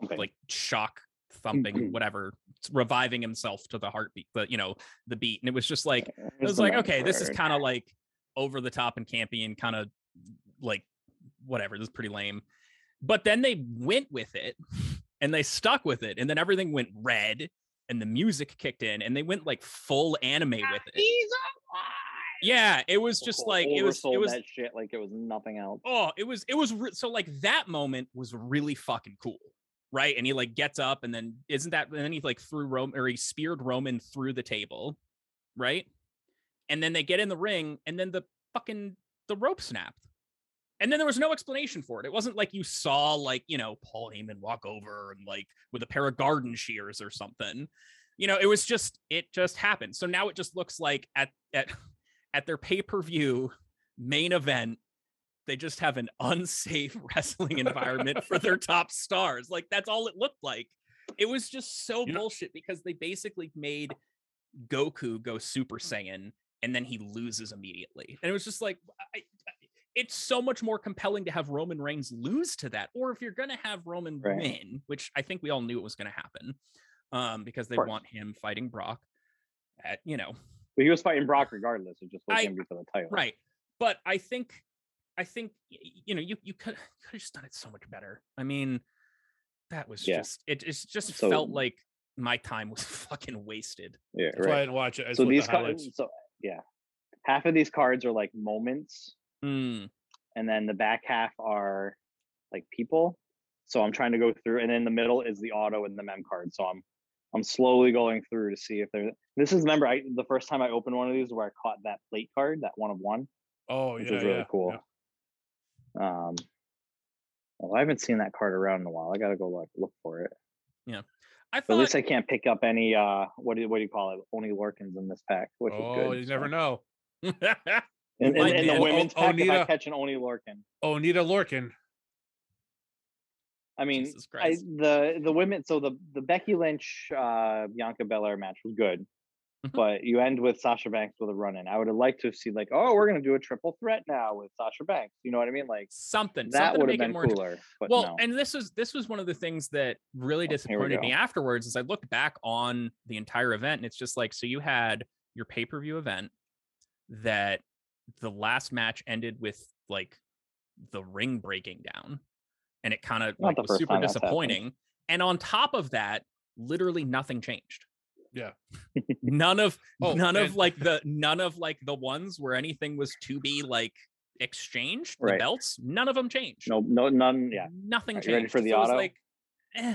Something. like shock Mm-hmm. thumping whatever, s- reviving himself to the heartbeat, but you know the beat, and it was just like it It was the like magic okay, this is word. kind of like over the top and campy and kind of like whatever. This is pretty lame, but then they went with it and they stuck with it, and then everything went red. And the music kicked in, and they went like full anime with it. He's Yeah, it was just like it was. It Oversold was that shit like it was nothing else. oh it was it was re- so like that moment was really fucking cool right and he like gets up and then isn't that and then he like threw rome or he speared roman through the table right and then they get in the ring and then the fucking the rope snapped and then there was no explanation for it it wasn't like you saw like you know paul heyman walk over and like with a pair of garden shears or something you know it was just it just happened so now it just looks like at at *laughs* at their pay-per-view main event they just have an unsafe *laughs* wrestling environment *laughs* for their top stars. Like that's all it looked like. It was just so You know- bullshit because they basically made Goku go Super Mm. Saiyan and then he loses immediately. And it was just like I, I- it's so much more compelling to have Roman Reigns lose to that or if you're going to have Roman Right. win, which I think we all knew it was going to happen um because they course. want him fighting Brock at, you know, But he was fighting Brock regardless. It just was I- going to be for the title. Right. But I think I think y- y- you know, you you *sighs* could could have just done it so much better. I mean, that was Yeah. just it it's just So- felt like my time was *laughs* fucking wasted. Yeah. That's why I Right. didn't watch it. I just So looked at these highlights. cards. So yeah, half of these cards are like moments, mm, and then the back half are like people. So I'm trying to go through, and in the middle is the auto and the mem card. So I'm I'm slowly going through to see if there. This is remember I the first time I opened one of these where I caught that plate card, that one of one. oh, which yeah, is really yeah, cool. yeah. Um, well, I haven't seen that card around in a while. I gotta go like look for it. I But thought at least I can't pick up any uh what do what do you call it? Only Lorkins in this pack, which is Oh, good. you so. never know. *laughs* In, in, Like, in the man, O- women's pack, if I Onita- catch an Oni Lorkin, Onita Lorkin. I mean, Jesus I, Christ. the the women. So the the Becky Lynch uh, Bianca Belair match was good, Mhm. but you end with Sasha Banks with a run in. I would have liked to have seen like, oh, we're gonna do a triple threat now with Sasha Banks. You know what I mean? Like something that something to would have make it been more inter- cooler. But well no. Oh, and this was this was one of the things that really here we disappointed me go. afterwards is i looked back on the entire event and it's just like so you had your pay-per-view event that the last match ended with like the ring breaking down and it kind of Not like, the was first super time that's happened. disappointing and on top of that literally nothing changed Yeah. none of Oh, none of and- like the none of like the ones where anything was to be like exchanged the Right. belts none of them changed no, no, none. Yeah, nothing Alright, changed. you ready for the So it was auto? Like, eh,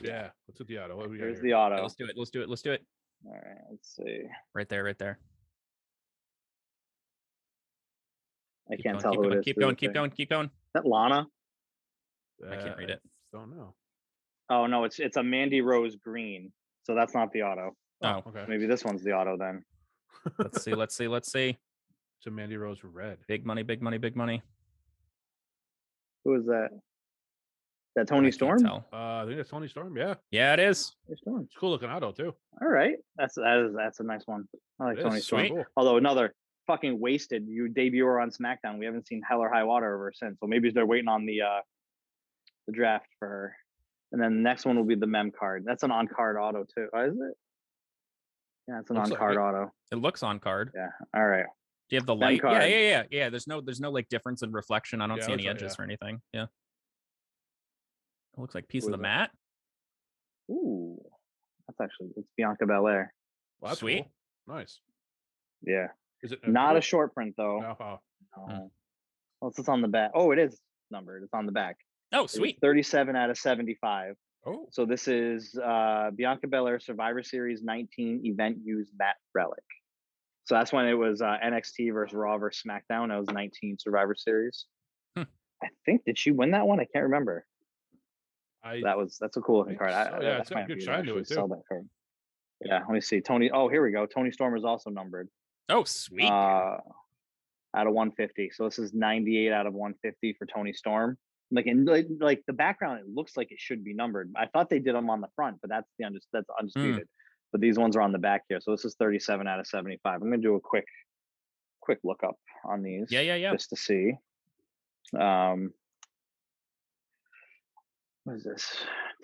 Yeah. What's with the auto? What do we got there's here? the auto. yeah, All let's do it. Let's do it. Let's do it. right, let's see. Right there. Right there. I Keep can't going, tell keep who going, it is. Keep through the going, keep thing. going, keep going. Is that Lana? I can't read it. Don't know. Oh no, it's it's a Mandy Rose Green. So that's not the auto. Oh, okay. Maybe this one's the auto then. Let's see, let's see, let's see. So Mandy Rose Red. Big money, big money, big money. Who is that? Is That I Tony can't Storm? tell. Uh, I think that's Tony Storm. Yeah, Yeah, it is. Tony Storm. it's cool looking auto too. All right. That's that is that's a nice one. I like It is Tony Storm. sweet. Cool. Although another fucking wasted. You debut her on SmackDown. We haven't seen Hell or High Water ever since. So maybe they're waiting on the uh the draft for her. And then the next one will be the mem card. That's an on card auto too. Oh, is it? Yeah, it's an Looks on like card it. auto. It looks on card. Yeah. All right. Do you have the Fan light? Yeah, card. yeah, yeah, yeah. There's no, there's no like difference in reflection. I don't Yeah, see it looks any like- edges yeah. or anything. Yeah. It looks like piece Who of the is that? mat. Ooh. That's actually it's Bianca Belair. Well, that's Sweet. cool. Nice. Yeah. Is it Not a blue? short print though. No, oh, No. Unless it's on the back. Oh, it is numbered. It's on the back. Oh, It was sweet. 37 out of 75. oh, So this is uh, Bianca Belair Survivor Series 19 event used that relic. So that's when it was uh, NXT versus Raw versus SmackDown. That was 19 Survivor Series. Hmm. I think did she win that one? I can't remember. I That was that's a cool looking think card. I, so. I- Yeah, I it's got might a have good even shine to it, actually too. sell that card. Yeah, let me see. Tony. Oh, here we go. Tony Storm is also numbered. Oh, sweet. Uh, out of 150. So this is 98 out of 150 for Tony Storm. Like and like, like the background, it looks like it should be numbered. I thought they did them on the front, but that's the undis- Hmm. that's undisputed. But these ones are on the back here. So this is 37 out of 75. I'm gonna do a quick quick lookup on these yeah, yeah, yeah. just to see. Um, what is this?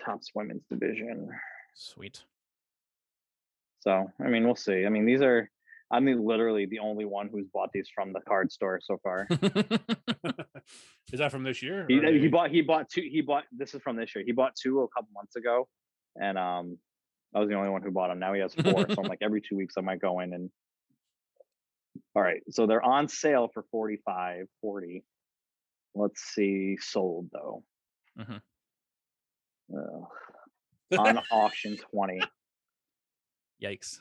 Tops women's division. Sweet. So I mean, we'll see. I mean, these are I'm the- literally the only one who's bought these from the card store so far. *laughs* is that from this year? he, or he they- bought he bought two he bought this is from this year. He bought two a couple months ago, and um, I was the only one who bought them. Now he has four. so I'm like every two weeks I might go in and. All right, so they're on sale for 45, 40. Let's see, sold though. Mhm. Ugh. on auction 20. Yikes.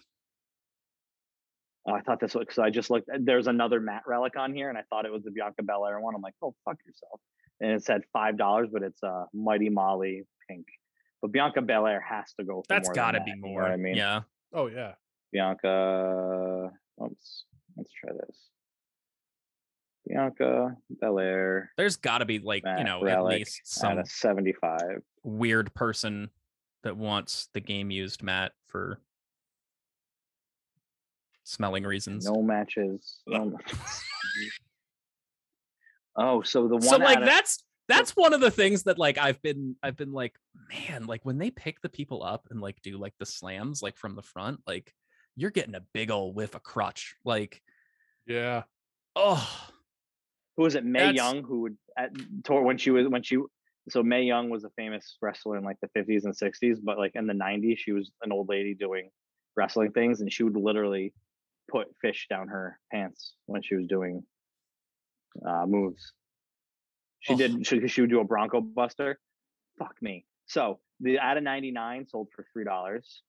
Oh, I thought this was because I just looked. uh, There's another Matt relic on here, and I thought it was the Bianca Belair one. I'm like, oh fuck yourself. And it said five dollars, but it's uh Mighty Molly pink. But Bianca Belair has to go. For That's more than got to that, be you know more. what I mean, Yeah. Oh yeah. Bianca. Oops. Let's try this. Bianca Belair There's got to be like you Matt know Relic at least at some a 75. weird person that wants the game used mat for smelling reasons. No matches. No *laughs* *laughs* matches. oh, so the one. so like out of- that's that's one of the things that like I've been I've been like man like when they pick the people up and like do like the slams like from the front like you're getting a big old whiff of crotch like Yeah. oh who was it? May That's- Young, who would at tour when she was when she so May Young was a famous wrestler in like the fifties and sixties, but like in the nineties, she was an old lady doing wrestling things, and she would literally put fish down her pants when she was doing uh, moves. She Ugh. did. She, she would do a Bronco Buster. Fuck me. So the out of ninety nine sold for three dollars.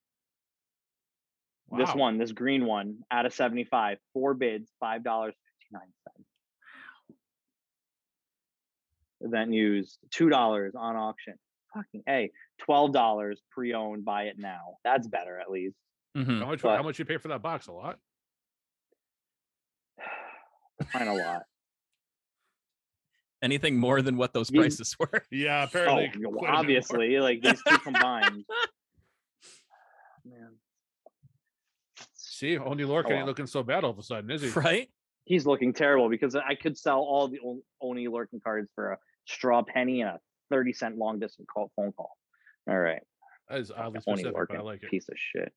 This Wow. one, this green one, out of seventy five, four bids, five dollars fifty nine cents. Then used two dollars on auction. Fucking a twelve dollars pre owned. Buy it now. That's better at least. mhm. How much? But- how much you pay for that box? A lot. Find a lot. anything more than what those You- prices *laughs* were. Yeah. oh, Apparently. quite a well, bit more. obviously, like these two combined. Man, *laughs* See, only Lorcan wow. ain't looking so bad all of a sudden, is he? Right? he's looking terrible because I could sell all the On- Oni Lurkin cards for a straw penny and a thirty cent long distance call phone call. All right. That is oddly Only specific, but working I like it. piece of shit.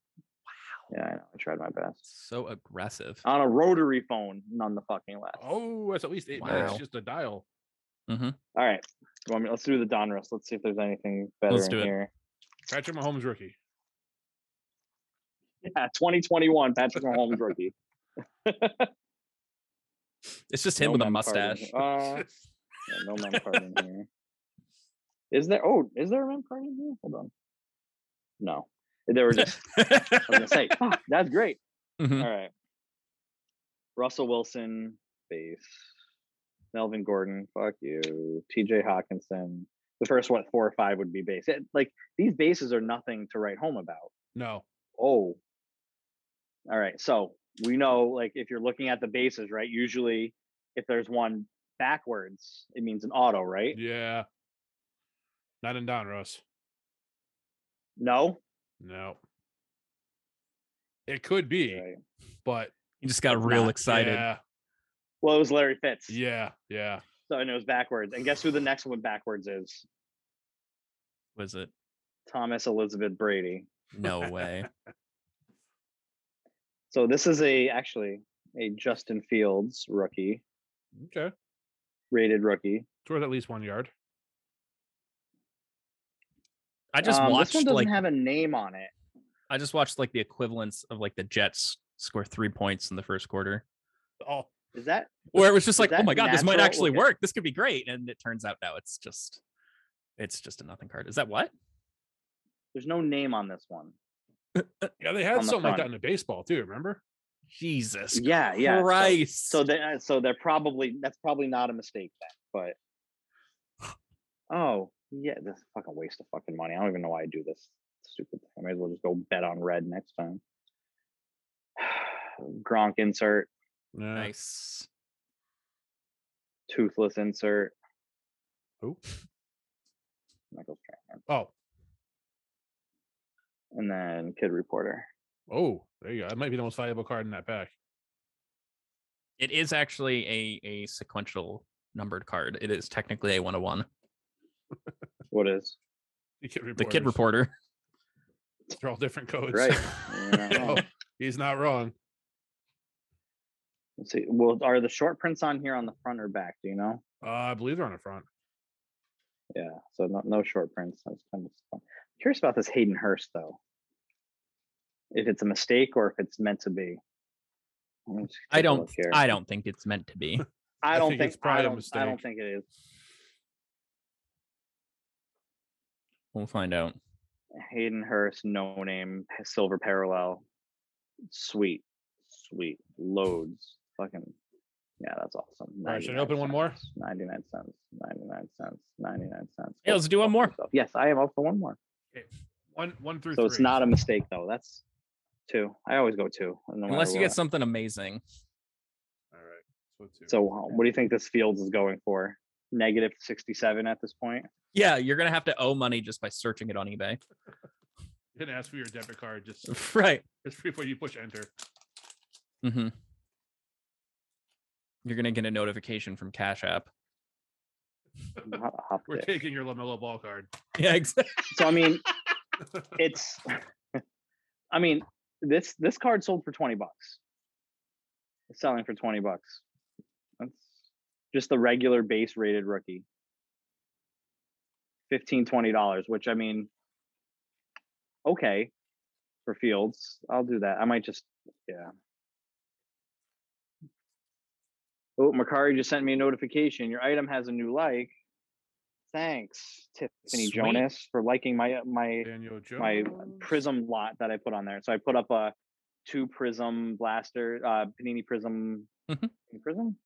Wow. Yeah, I know. I tried my best. So aggressive. On a rotary phone, none the fucking less. Oh, that's at least eight Wow. minutes just a dial. All right. You want me- let's do the Donruss. Let's see if there's anything better Let's in do it. here. *laughs* Patrick Mahomes rookie. Yeah, 2021 Patrick Mahomes *laughs* rookie. It's just him with a mustache. *laughs* Uh, yeah, no mem card in here. Is there? Oh, is there a mem card in here? Hold on. No, they were just. I was gonna *laughs* say, fuck, that's great. Mhm. All right. Russell Wilson base. Melvin Gordon, fuck you. TJ Hawkinson. The first what four or five would be base. It- like these bases are nothing to write home about. *laughs* No. Oh. All right. So we know like if you're looking at the bases, right? Usually if there's one backwards, it means an auto, right? Yeah. Not in Don Ross. No? No. It could be, Right. but You just got real Nah, excited. Yeah. Well, it was Larry Fitz. Yeah. Yeah. So and it was backwards. And guess who the next one backwards is? *laughs* Was it? Thomas Elizabeth Brady. No way. So this is a actually a Justin Fields rookie, Okay. rated rookie. It's worth at least one yard. I just Um, watched this one doesn't like have a name on it. I just watched like the equivalence of like the Jets score three points in the first quarter, Oh, Is that where it was just Is like, oh that my god, this might natural? actually Okay. work. This could be great, and it turns out now it's just, it's just a nothing card. Is that what? there's no name on this one. yeah. They had On the something like that front. in the baseball too. Remember? Jesus Yeah, yeah. so- Christ! So, they uh, so they're probably that's probably not a mistake then, *sighs* but oh yeah, this is a fucking waste of fucking money. I don't even know why I do this stupid thing. I might as well just go bet on red next time. *sighs* Gronk insert, Yeah. nice. toothless insert. Who? Michael Strahan, Oh. and then Kid Reporter. Oh, there you go. That might be the most valuable card in that pack. It is actually a a sequential numbered card. It is technically a one of one. What is The kid The kid reporters. reporter. They're all different codes. *laughs* right? *laughs* You're not No, wrong. he's not wrong. Let's see. Well, are the short prints on here on the front or back? Do you know? Uh, I believe they're on the front. Yeah. So no, no short prints. That's kind of fun. Curious about this Hayden Hurst though. If it's a mistake or if it's meant to be. Let me just I take a look don't. Here. I don't think it's meant to be. I I don't think think. it's probably I a don't, I don't mistake. think it is. We'll find out. Hayden Hurst, no name, silver parallel, sweet, sweet, loads, fucking. Yeah, that's awesome. All right, should I 99 open one more? cents, 99 cents, 99 cents, 99 cents. Hey, Go let's do one fuck more. yourself. Yes, I am up for one more. One, one through So three. it's not a mistake though. That's two. I always go two. no matter Unless you get what. something amazing. All right. So, two. So uh, what do you think this Fields is going for? Negative 67 at this point. Yeah, you're gonna have to owe money just by searching it *laughs* on eBay. you can ask for your debit card just, right. just before you push enter. Mm-hmm. You're gonna get a notification from Cash App. Ho- hopped We're it. taking your Lamelo ball card. *laughs* Yeah, exactly. So I mean, it's *laughs* I mean, this this card sold for 20 bucks. It's selling for 20 bucks. That's just the regular base rated rookie. 15 20 dollars, which I mean okay for Fields. I'll do that. I might just yeah. Oh, Macari just sent me a notification. Your item has a new like. Thanks, Tiffany Sweet. Jonas, for liking my uh, my Daniel Jones. my prism lot that I put on there. So I put up a two prism blaster, uh, Panini prism, Mhm. prism,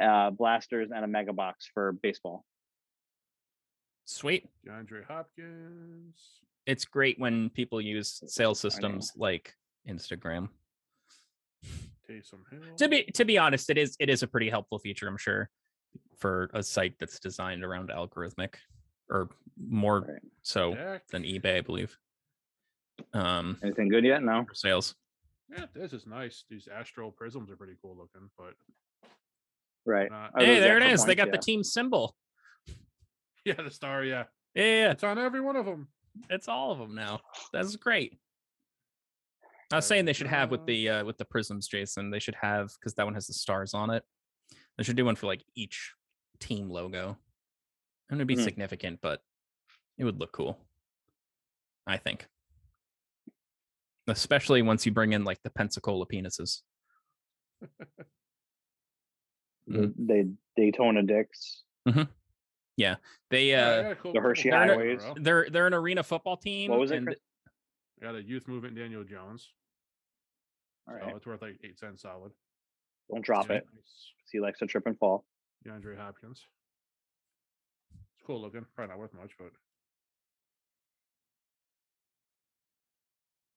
uh, blasters, and a mega box for baseball. Sweet. DeAndre Hopkins. It's great when people use sales systems like Instagram. Taysom Hill. To be to be honest, it is it is a pretty helpful feature, I'm sure, for a site that's designed around algorithmic or more Right. so Dak. than eBay, I believe. Um Anything good yet? No. for sales. Yeah, this is nice. These astral prisms are pretty cool looking, but *laughs* Right. not. Oh, Hey, those there it actual is. They points, got the yeah. team symbol. Yeah, the star. Yeah, Yeah, yeah, yeah. it's on every one of them. it's all of them now. That's great. I There was saying we they should have with go. the uh, with the prisms, Jason. They should have because that one has the stars on it. They should do one for like each team logo. And it'd be Mhm. significant, but it would look cool. I think. Especially once you bring in like the Pensacola penises. The, the Daytona Dicks. They Yeah, I uh got a cool the couple Hershey cards in a Highways. row. they're they're an arena football team. was it, and Chris? I got a youth movement Daniel Jones. All so right. it's worth like eight cents solid. Don't drop Yeah, it. nice. He likes to trip and fall. DeAndre Hopkins. It's cool looking. Probably not worth much, but.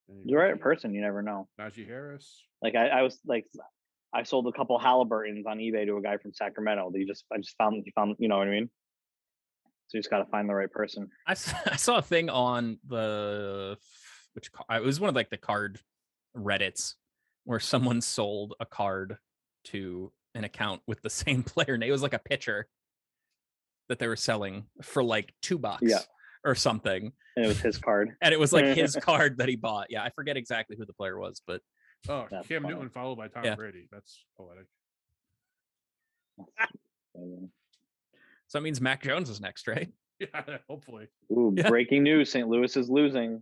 Any- You're right in person. You never know. Najee Harris. Like I, I was like, I sold a couple Halliburtons on eBay to a guy from Sacramento. They just, I just found, you found, you know what I mean. So you just got to find the right person. I s- *laughs* I saw a thing on the which ca- it was one of like the card Reddit's where someone sold a card to an account with the *laughs* same player name. It was like a pitcher that they were selling for like two bucks or something, And it was his card. and it was like his card that he bought. Yeah, I forget exactly who the player was, but Oh, That's Cam funny. Newton followed by Tom Yeah. Brady. That's poetic. *laughs* *laughs* Ooh, so that means Mac Jones is next, right? Yeah, hopefully. Yeah. breaking news: St. Louis is losing.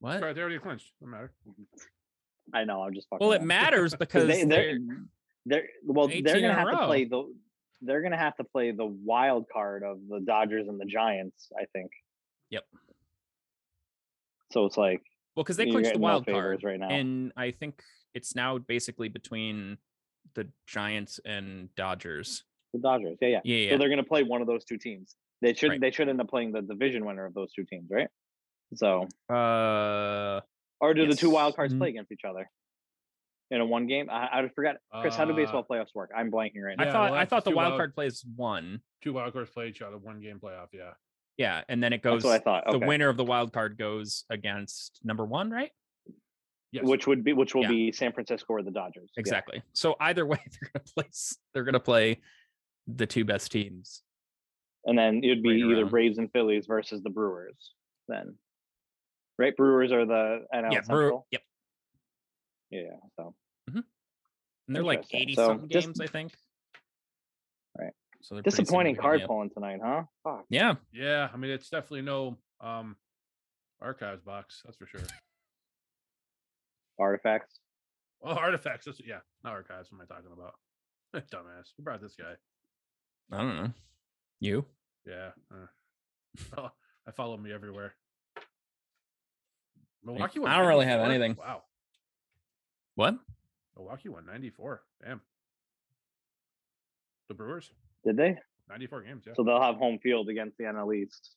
What? Sorry, they already clinched. Doesn't matter. Mm-hmm. I know. I'm just fucking. Well, it around. matters *laughs* because 'Cause they, they're they're they're well, 18 they're in a gonna have row. to play the. They're gonna have to play the wild card of the Dodgers and the Giants. I think. Yep. So it's like well because they you're clinched the getting no wild favors card. right now. and I think it's now basically between the Giants and Dodgers. the Dodgers, yeah, yeah. Yeah, yeah. So they're gonna play one of those two teams. They should Right. they should end up playing the division winner of those two teams, right? So uh, or do the two wild Yes. cards Mm. play against each other in a one game? I, I forgot. Chris, how do Uh, baseball playoffs work? I'm blanking right now. I Yeah, thought well, I that's thought the two wild wild- card plays one. Two wild cards play each other, one game playoff. Yeah. Yeah, and then it goes. That's what I thought. Okay. The winner of the wild card goes against number one, right? Yes. Which would be which will Yeah. be San Francisco or the Dodgers. Yeah. Exactly. So either *laughs* way, they're gonna play. s- They're gonna play the two best teams. And then it'd be Right either around. Braves and Phillies versus the Brewers. Then, right? Brewers are the NL yeah, Central. Brew- yep. Yeah. yeah, So And they're like Interesting. eighty So something dis- games, I think. Right. So they're pretty disappointing card significant, pulling tonight, huh? Fuck. Yeah. Yeah. Yeah. I mean, it's definitely no um archives box. That's for sure. Artifacts. Well, Oh, artifacts. That's, yeah. Not archives. What am I talking about? *laughs* Dumbass. Who brought this guy? I don't know. You. Yeah. uh, oh, I follow me everywhere. Milwaukee. won I don't really have 94? anything. Wow. What? Milwaukee won 94. Damn. The Brewers, Did they? 94 games. Yeah. So they'll have home field against the NL East.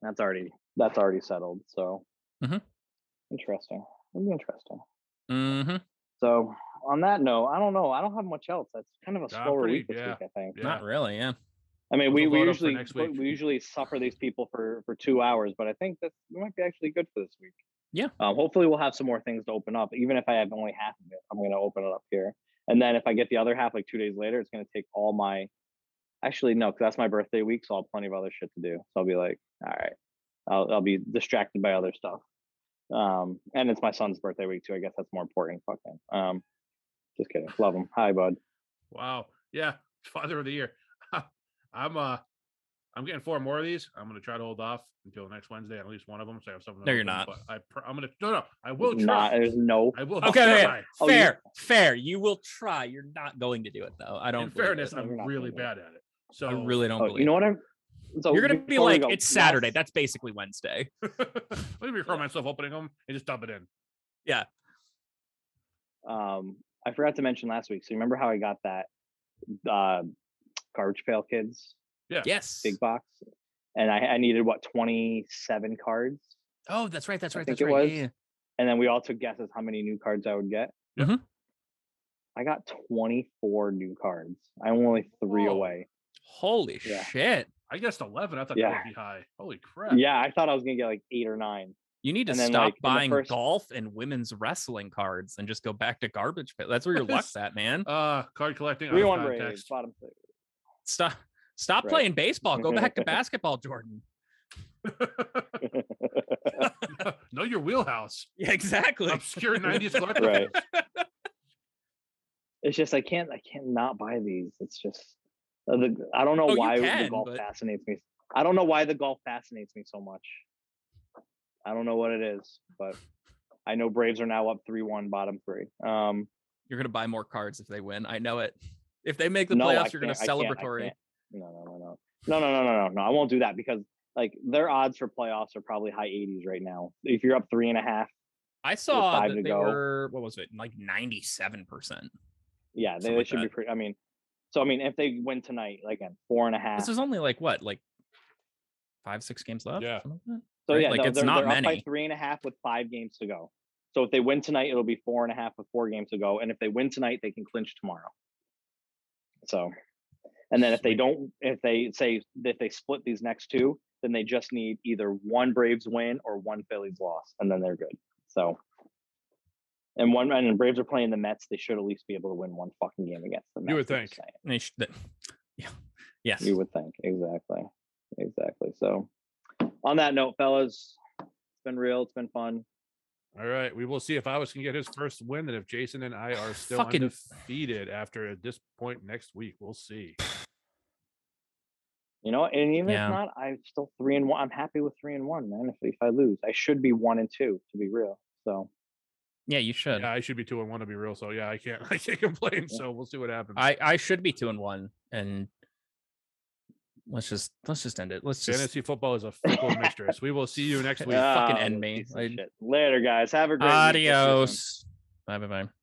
That's already that's already settled. So Mhm. interesting. It'll be interesting. Mm-hmm. So on that note, I don't know. I don't have much else. That's kind of a Yeah, I'm slower pretty- week this yeah. week, I think. yeah. Not really. Yeah. I mean, Those we, will we load up for usually next put- week. we usually suffer these people for for two hours, but I think that might be actually good for this week. Yeah. Um, hopefully, we'll have some more things to open up. Even if I have only half of it, I'm going to open it up here, and then if I get the other half like two days later, it's going to take all my. Actually, no, 'cause that's my birthday week, so I'll have plenty of other shit to do. So I'll be like, all right, I'll I'll be distracted by other stuff. Um, and it's my son's birthday week too. I guess that's more important. Fuck him. Um, just kidding. Love him. Hi, bud. Wow. Yeah. *laughs* Father of the year. I'm uh I'm getting four more of these. I'm gonna try to hold off until next Wednesday on at least one of them. So I have something. to No, you're open, not. But I pr- I'm gonna no no. I will try. Not, there's no I will. Okay, try. Oh, you- fair, fair. You will try. You're not going to do it though. I don't. In believe fairness, it. You're I'm not really gonna bad at it. So I really don't Oh, believe. you know what I'm? So You're gonna be before we like, go, it's Saturday. last- That's basically Wednesday. *laughs* let me record myself opening them and just dump it in. um, I forgot to mention last week. So you remember how I got that uh, garbage pail kids Yes. big box, and I, I needed what twenty seven cards, Oh, that's right. That's I right. think That's it right. was. Yeah, yeah. and then we all took guesses how many new cards I would get. Yeah. Mhm. I got twenty four new cards. I'm only three Oh, Whoa. away. Holy Yeah. shit! I guessed 11. I thought Yeah. that would be high. Holy crap. Yeah, I thought I was gonna get like eight or nine. You need to And then, stop like, in the buying first- golf and women's wrestling cards and just go back to garbage pit. That's where your *laughs* luck's at, man. Uh, card collecting. out Three of one Braves, context. bottom six. Stop. Stop Right. playing baseball. Go back *laughs* to basketball, Jordan. *laughs* know your *laughs* wheelhouse. Yeah, exactly. Obscure 90s collectibles. Right. It's just I can't I can't not buy these. It's just uh, the I don't know Oh, you why the can, golf but- fascinates me. I don't know why the golf fascinates me so much. I don't know what it is, but I know Braves are now up three one, bottom three. Um, You're gonna buy more cards if they win. I know it. If they make the no, I playoffs, you're gonna can't- I can't- I celebratory. can't. No, no, no, no, no, no, no, no, no, no. I won't do that because like their odds for playoffs are probably high eighties right now. If you're up three and a half, I saw five that to they go. were what was it like ninety seven percent. yeah, they, Something they like should be that. pretty. I mean, So I mean, if they win tonight, like again, four and a half. This is only like what, like five, six games left? Yeah. Something like that? so right, yeah, like, no, it's they're, not they're up by many. three and a half with five games to go. So if they win tonight, it'll be four and a half with four games to go. And if they win tonight, they can clinch tomorrow. So, and then if they Sweet. don't, if they say if they split these next two, then they just need either one Braves win or one Phillies loss, and then they're good. So, and one and the Braves are playing the Mets. They should at least be able to win one fucking game against the Mets. would is what I'm think. saying. They sh- that- *laughs* Yeah. Yes. You would think. Exactly. Exactly. So on that note, fellas, it's been real. It's been fun. All right, we will see if Alex can get his first win, and if Jason and I are still Fucking- undefeated after this point next week. We'll see. You know, and even Yeah. if not, I'm still three and one. I'm happy with three and one, man. If, if I lose, I should be one and two, to be real. So Yeah, you should. Yeah, I should be two and one to be real. So yeah, I can't. *laughs* I can't complain. Yeah. So we'll see what happens. I I should be two and one, and let's just let's just end it. Let's just Fantasy football is a fickle mistress. We will *laughs* see you next week. fucking Ah, end you me. piece of I- shit. Later, guys. Have a great week. We'll see you soon. adios. Bye bye bye.